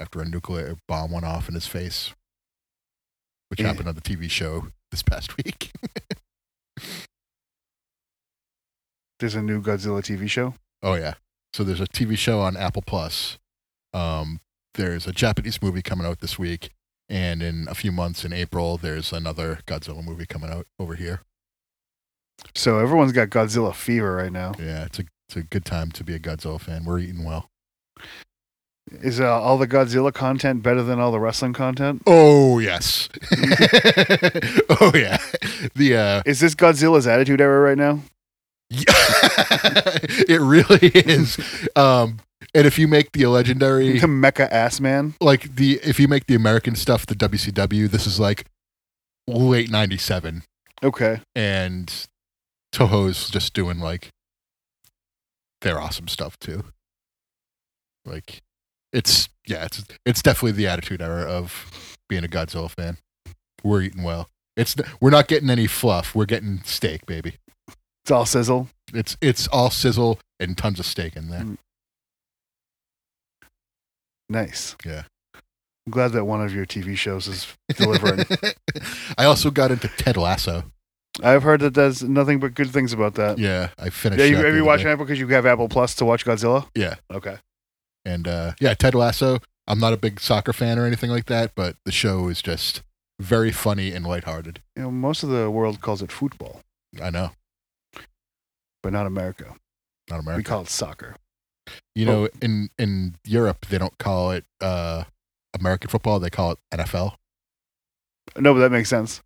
Speaker 2: after a nuclear bomb went off in his face, which
Speaker 1: Yeah.
Speaker 2: happened on the TV show this past week.
Speaker 1: There's a new Godzilla TV show.
Speaker 2: Oh yeah. So there's a TV show on Apple Plus. Um, there's a Japanese movie coming out this week, and in a few months in April, there's another Godzilla movie coming out over here.
Speaker 1: So everyone's got Godzilla fever right now.
Speaker 2: Yeah, it's a it's a good time to be a Godzilla fan. We're eating well.
Speaker 1: Is uh, all the Godzilla content better than all the wrestling content?
Speaker 2: Oh yes. oh yeah. The uh
Speaker 1: Is this Godzilla's attitude era right now?
Speaker 2: it really is. Um and if you make the legendary
Speaker 1: To Mecha Ass Man?
Speaker 2: like the if you make the American stuff the WCW, this is like late 97
Speaker 1: Okay.
Speaker 2: and Toho's just doing like their awesome stuff too. Like it's yeah, it's it's definitely the attitude era of being a Godzilla fan. We're eating well. It's we're not getting any fluff. We're getting steak, baby.
Speaker 1: It's all sizzle.
Speaker 2: It's it's all sizzle and tons of steak in there.
Speaker 1: Nice.
Speaker 2: Yeah.
Speaker 1: I'm glad that one of your TV shows is delivering.
Speaker 2: I also got into Ted Lasso.
Speaker 1: I've heard that there's nothing but good things about that.
Speaker 2: Yeah, I finished.
Speaker 1: Yeah, you,
Speaker 2: that the
Speaker 1: have you
Speaker 2: other
Speaker 1: watched
Speaker 2: day.
Speaker 1: it because you have Apple Plus to watch Godzilla?
Speaker 2: Yeah.
Speaker 1: Okay.
Speaker 2: And uh, yeah, Ted Lasso. I'm not a big soccer fan or anything like that, but the show is just very funny and lighthearted.
Speaker 1: You know, most of the world calls it football,
Speaker 2: I know,
Speaker 1: but not America.
Speaker 2: not
Speaker 1: We
Speaker 2: American.
Speaker 1: call it soccer.
Speaker 2: you know, in in Europe they don't call it uh, American football; they call it NFL.
Speaker 1: No, but that makes sense.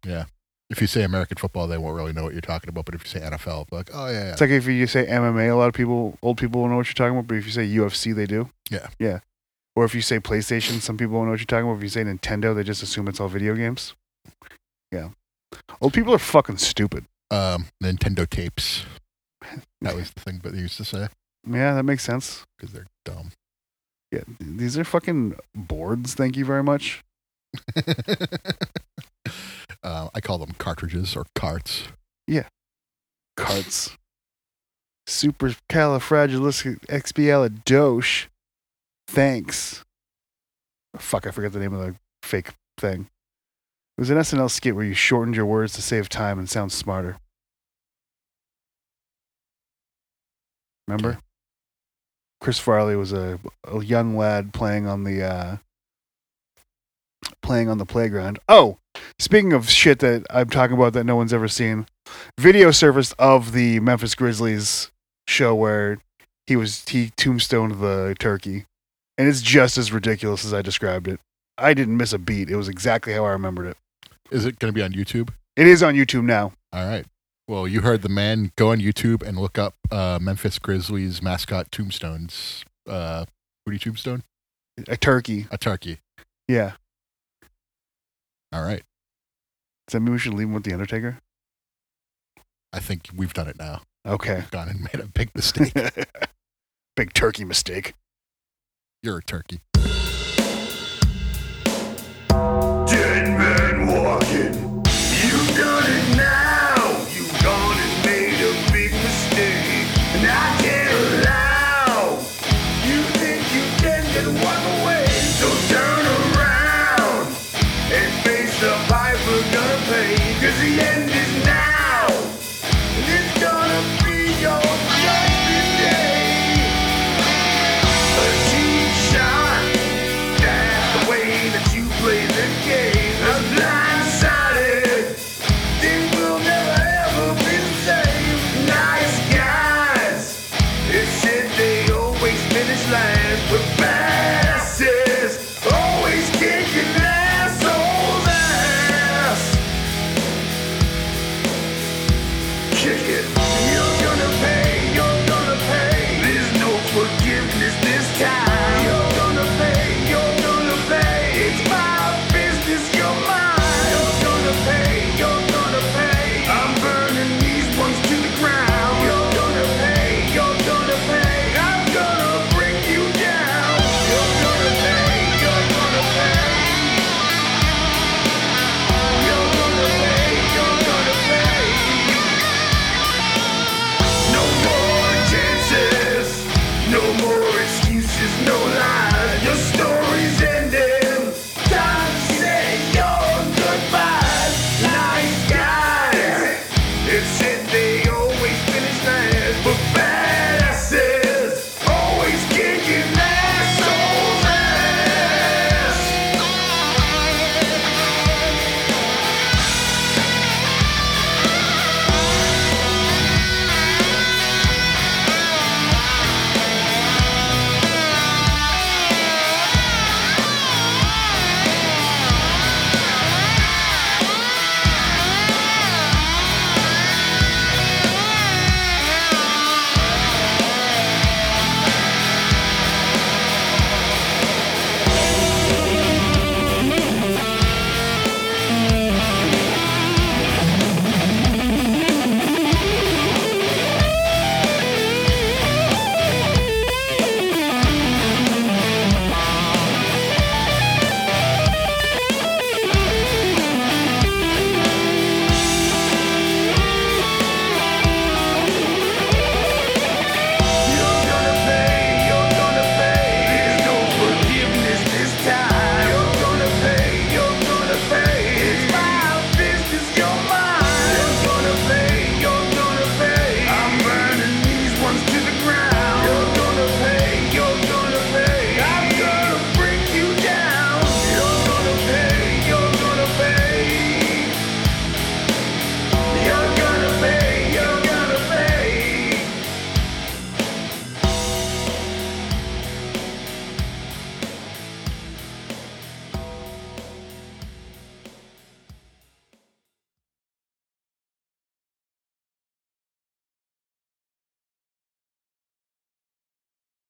Speaker 2: If you say American football, they won't really know what you're talking about. But if you say NFL, like, oh yeah, yeah.
Speaker 1: It's like if you say MMA, a lot of people, old people, will know what you're talking about. But if you say UFC, they do.
Speaker 2: Yeah.
Speaker 1: Yeah. Or if you say PlayStation, some people won't know what you're talking about. If you say Nintendo, they just assume it's all video games. Yeah. Old people are fucking stupid.
Speaker 2: um, Nintendo tapes. That was the thing that they used to say
Speaker 1: Yeah, that makes sense.
Speaker 2: because they're dumb.
Speaker 1: Yeah. These are fucking boards. Thank you very much.
Speaker 2: um, I call them cartridges or carts.
Speaker 1: Carts. Supercalifragilisticexpialidocious. Thanks. Fuck, I forgot the name of the fake thing. It was an SNL skit where you shortened your words to save time and sound smarter. Remember? Chris Farley was a, a young lad playing on the uh, playing on the playground. Oh, speaking of shit that I'm talking about that no one's ever seen, video surfaced of the Memphis Grizzlies show where he was he tombstoned the turkey, and it's just as ridiculous as I described it. I didn't miss a beat. It was exactly how I remembered it.
Speaker 2: Is it going to be on YouTube?
Speaker 1: It is on YouTube now.
Speaker 2: All right. Well, you heard the man. Go on YouTube and look up uh, Memphis Grizzlies mascot tombstones. Uh, Rudy Tombstone?
Speaker 1: A turkey.
Speaker 2: A turkey.
Speaker 1: Yeah.
Speaker 2: All right.
Speaker 1: Does that mean we should leave him with the Undertaker?
Speaker 2: I think we've done it now.
Speaker 1: Okay.
Speaker 2: Gone and made a big mistake.
Speaker 1: Big turkey mistake.
Speaker 2: You're a turkey.
Speaker 3: Dead man walking. You done it now. You gone and made a big mistake. And I can't allow. You think you can just walk away. So turn around and face the pipe we're gonna pay. Cause the end is now. And it's gonna be your last day. A cheap shot. That's the way that you play the game. I'm blindsided. Things will never ever be the same. Nice guys. It's said they always finish last. oh,